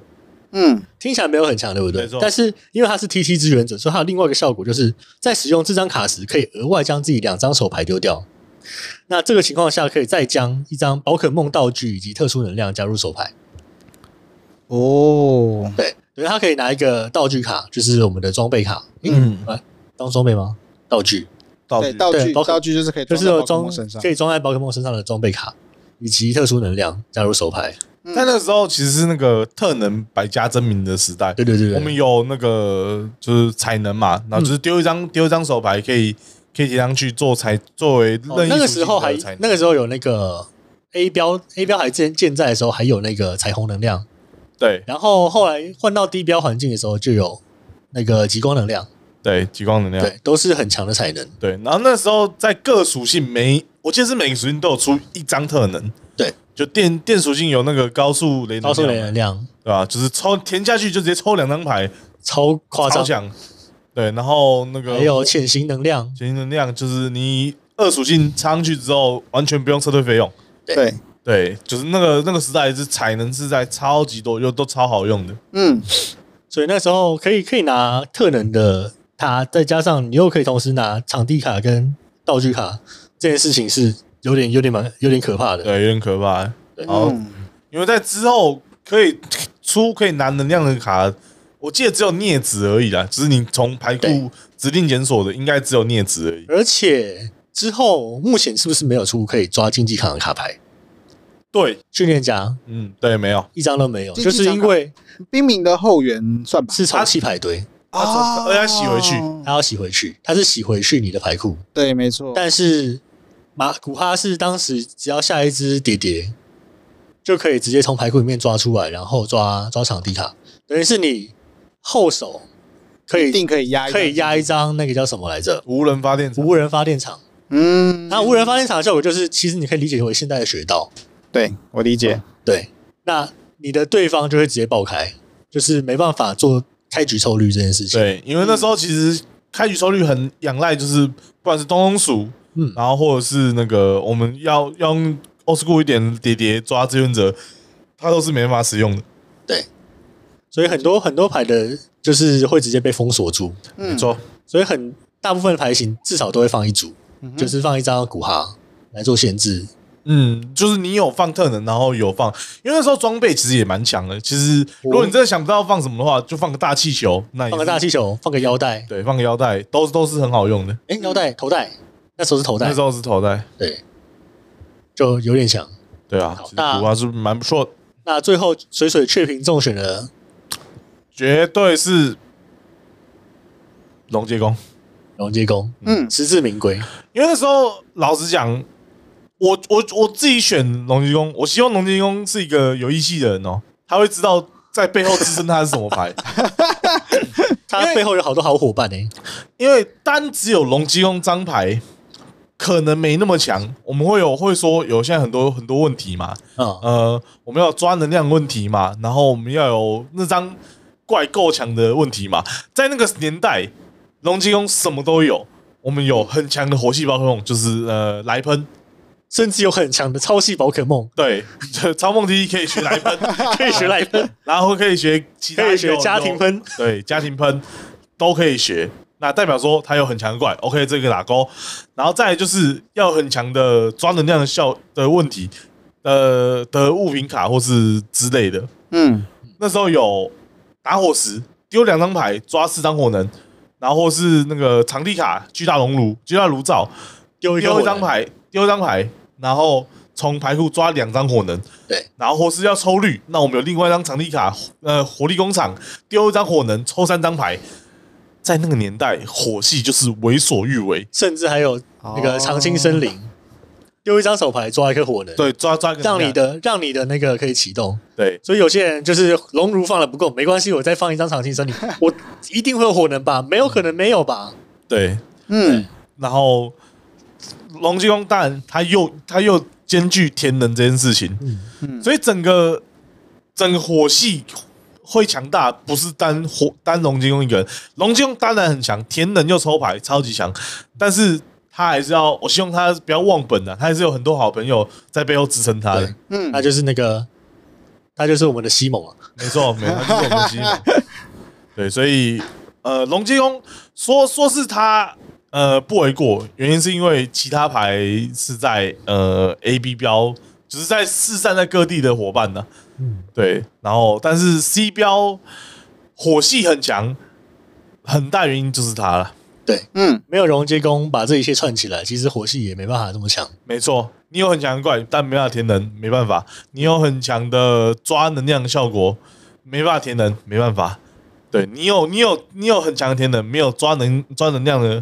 嗯
听起来没有很强，对不
没
对
错？
但是因为它是 TT 支援者，所以它有另外一个效果，就是在使用这张卡时，可以额外将自己两张手牌丢掉。那这个情况下，可以再将一张宝可梦道具以及特殊能量加入手牌。
哦，
对，对，他可以拿一个道具卡，就是我们的装备卡，嗯，
嗯，
当装备吗？道具
道
对，
具，
道具
对宝可
道具就是可以
就
装
是
到宝可
装
梦身上
可，以装在宝可梦身上的装备卡，以及特殊能量加入手牌。
嗯
但那时候其实是那个特能百家争鸣的时代，
对对对嗯
我们有那个就是才能嘛，然后就是丢一张丢一张手牌可以可以贴上去做才作为
哦
任意
那个
属
时候
性
还
的才能
那个时候有那个 A 标 A 标还健健在的时候还有那个彩虹能量，
对
然后后来换到低标环境的时候就有那个极光能量，
对极光能量
对，都是很强的才能。
对，然后那时候在各属性每我记得是每个属性都有出一张特能，
对，
就电电属性有那个高速雷能
高速
量
雷能量
对吧？就是抽填下去就直接抽两张牌，
超夸
超
张，
强。对，然后那个
还有潜行能量，
潜行能量，就是你二属性插上去之后，完全不用撤退费用。
对，
对，就是那个那个时代是才能是在超级多又都超好用的。
嗯
所以那时候可以可以拿特能的它，再加上你又可以同时拿场地卡跟道具卡，这件事情是有点有点蛮有点可怕的。
对，有点可怕、
对
好
嗯
因为在之后可以出可以拿能量的卡，我记得只有镊子而已啦，只是你从排库
对
指定检索的，应该只有镊子而已。
而且之后目前是不是没有出可以抓竞技卡的卡牌？
对，
训练家
嗯，对，没有，
一张都没有，
竞技
就
场
是因为
冰明的后援算吧，
是啊从弃牌堆，
他从而且他洗回去
哦
它要洗回去，它是洗回去你的牌库，
对，没错，
但是马古哈是当时只要下一只叠叠，就可以直接从牌库里面抓出来，然后抓抓场地卡，等于是你后手可
一
以
定可以压，
可以，压一张那个叫什么来着？
无人发电厂。
无人发电厂。
嗯，
那无人发电厂的效果就是，其实你可以理解为现在的雪道。
对我理解，
对，那你的对方就会直接爆开，就是没办法做开局抽率这件事情。
对，因为那时候其实开局收率很仰赖，就是不管是东东鼠，
嗯
然后或者是那个我们要要用 old school 一点叠叠抓志愿者，它都是没办法使用
嗯
的。
所以很多很多牌的，就是会直接被封锁住。
嗯
没错，
所以很大部分的牌型至少都会放一组，
嗯哼
就是放一张古哈来做限制，
嗯，就是你有放特能，然后有放，因为那时候装备其实也蛮强的。其实如果你真的想不到放什么的话，就放个大气球，那也
哦放个大
是
气球，放个腰带，
对，放个腰带，都都是很好用的。
哎，腰带、头带，那时候是头
嗯那
带
时，候是头戴，
对，就有点强。
对啊，
好
其实
那
图啊是蛮不错的，
那最后水水雀屏中选了
绝对是龙结宫。
龙接工，
嗯，
实至名归。
因为那时候老实讲，我我我自己选龙吉公，我希望龙吉公是一个有义气的人哦，他会知道在背后支撑他是什么牌。因
他
为
背后有好多好伙伴欸呢、
因为单只有龙吉公张牌，可能没那么强。我们会有会说有现在很多很多问题嘛，
啊、
呃，我们要有抓能量问题嘛，然后我们要有那张怪够强的问题嘛。在那个年代，龙吉公什么都有。我们有很强的活细胞克隆，就是呃来喷，
甚至有很强的超细宝可梦，
对，这超梦 E 第一可以学来 喷，
可以学 来喷，
然后可以学其他
可以学
有
家庭，喷。
有对，家庭喷都可以学。那代表说他有很强的怪，OK，这个打勾。然后再来就是要有很强的抓能量的效的问题，呃的物品卡或是之类的。
嗯，
那时候有打火石，丢两张牌抓四张火能，然后或是那个场地卡巨大熔炉、巨大炉灶，
丢一个
丢
火
一张
人，
牌，丢一张牌，然后从牌库抓两张火能，
对，
然后或是要抽绿，那我们有另外一张场地卡，呃，火力工厂丢一张火能，抽三张牌。在那个年代，火系就是为所欲为，
甚至还有那
哦
个长青森林，丢一张手牌抓一颗火人，，
对，抓抓一个
让
能
你
量
的让你的那个可以启动。
对
所以有些人就是熔炉放的不够，没关系，我再放一张长青森林，我一定会有火能吧？没有可能没有吧？
对，
嗯，
然后龙之宫当然它又它又兼具天能这件事情，
嗯
所以整个整个火系会强大，不是单火单龙金庸一个人，龙金庸当然很强，天能又抽牌超级强，但是他还是要，我希望他不要忘本啊，他还是有很多好朋友在背后支撑他的
对，啊
嗯
那就是那个，他就是我们的西蒙啊。
没错，没错，他就是我们的西蒙。对，所以呃，龙金庸说说是他呃不为过，原因是因为其他牌是在呃 A B 标，只、是在四散在各地的伙伴呢、
嗯，
对，然后但是 C 标火系很强，很大原因就是他了。
嗯
没有熔接工把这一切串起来，其实火系也没办法这么强。
没错，你有很强的怪，但没办法填能，没办法；你有很强的抓能量的效果，没办法填能，没办法。对你有你有你有很强的填能，没有抓能抓能量的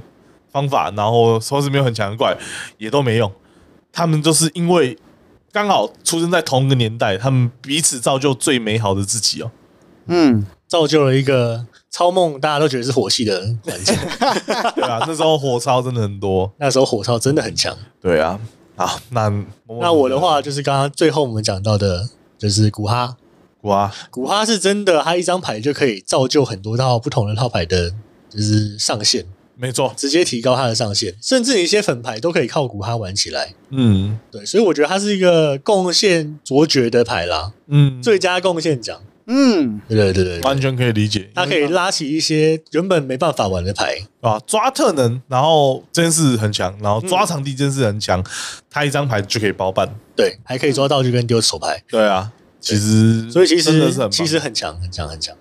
方法，然后说是没有很强的怪，也都没用。他们就是因为刚好出生在同一个年代，他们彼此造就最美好的自己哦。
嗯，
造就了一个超梦，大家都觉得是火系的环境。
对啊，那时候火超真的很多。
那时候火超真的很强。
对啊，好，那
那我的话就是刚刚最后我们讲到的，就是古哈，
哇，
古哈是真的，他一张牌就可以造就很多套不同的套牌的，就是上限，
没错，
直接提高它的上限，甚至一些粉牌都可以靠古哈玩起来。
嗯
对，所以我觉得它是一个贡献卓绝的牌啦，
嗯，
最佳贡献奖。
嗯，
对对对对对，
完全可以理解，
它可以拉起一些原本没办法玩的牌。
啊，抓特能，然后这件事很强，然后抓场地这件事很强，他一张牌就可以包办。
对，还可以抓到就跟丢手牌，
对啊，其实
所以其
真的
实
是很棒
其实很强，很强，很强。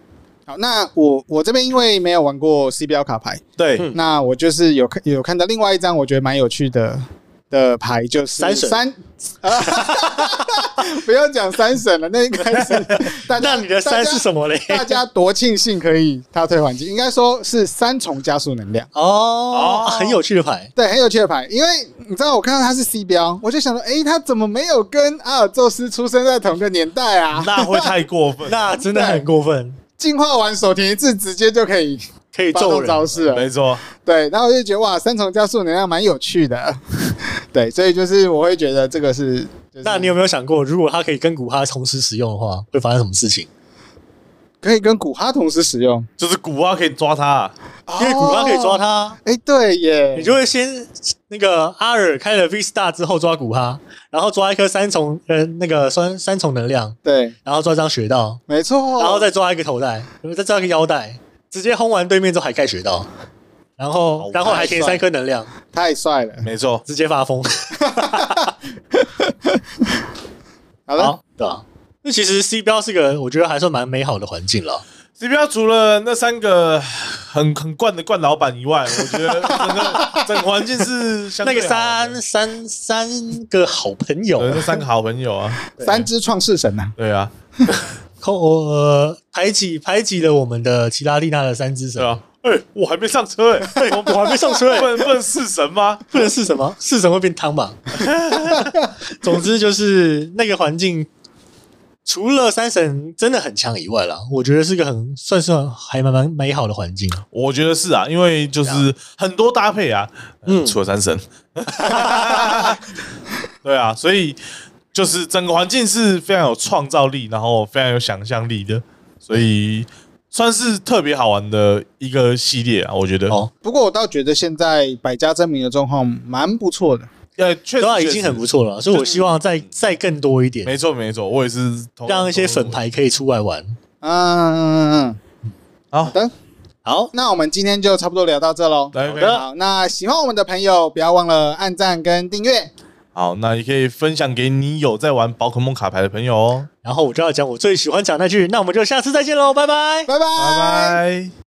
好，那我我这边因为没有玩过 C 标卡牌，
对
嗯
那我就是有看有看到另外一张我觉得蛮有趣的的牌，就是
三神
三， 不要讲三神了，那应该 是大家
那你的三是什么嘞？
大家大家多庆幸可以他退环境，应该说是三重加速能量。
哦，很有趣的牌。
对，很有趣的牌，因为你知道，我看到它是 C 标，我就想说，诶，他怎么没有跟阿尔宙斯出生在同个年代啊？
那会太过分，
那真的很过分，
进化完手填一次，直接就可以
可以
发
揍
动
人。
招式了。
没错，
对，然后我就觉得哇，三重加速能量蛮有趣的。 对，所以就是我会觉得这个是，就是、
那你有没有想过，如果它可以跟古哈同时使用的话，会发生什么事情？
可以跟古哈同时使用，
就是古蛙可以抓他，啊
因
因为古哈可以抓。它，
诶，哦哎对耶，
你就会先那个阿尔开了 V Star 之后抓古哈，然后抓一颗三重呃那个三三重能量，
对，
然后抓张雪道，
没错。
然后再抓一个头带，再抓一个腰带，直接轰完对面之后还盖雪道，然后
好
然后还填三颗能量，
太帅了，
没错，
直接发疯。
好了，
好，对啊。那其实 C 标是个我觉得还算蛮美好的环境了，
CPR 除了那三个很很惯的惯老板以外，我觉得整个整个环境是相
那
对
个
好的
三三三个好朋友，
对那三个好朋友啊，
三只创世神呐、
对啊，
扣呃排挤排挤了我们的奇拉丽娜的三只神
对，啊，哎、我还没上车哎、哎我
我还没上车欸
不能不能四神吗？
不能是 什么是什么会变汤吧。 总之就是那个环境，除了三神真的很强以外啦，我觉得是个很算是还蛮蛮美好的环境。
我觉得是啊，因为就是很多搭配啊，嗯，
嗯
除了三神， 对啊，所以就是整个环境是非常有创造力，然后非常有想象力的，所以算是特别好玩的一个系列啊，我觉得。
哦，
不过我倒觉得现在百家争鸣的状况蛮不错的。
呃，确实
对啊，
确
已
实嗯
经很不错了，所以我希望再再更多一点，
没错没错，我也是同
让一些粉。牌可以出来玩。
嗯，嗯
好
好的，
好，
那我们今天就差不多聊到这喽。
来
好的
好，那喜欢我们的朋友，不要忘了按赞跟订阅。
好，那也可以分享给你有在玩宝可梦卡牌的朋友哦，
然后我就要讲我最喜欢讲那句，那我们就下次再见喽，拜拜。
拜拜。
拜拜。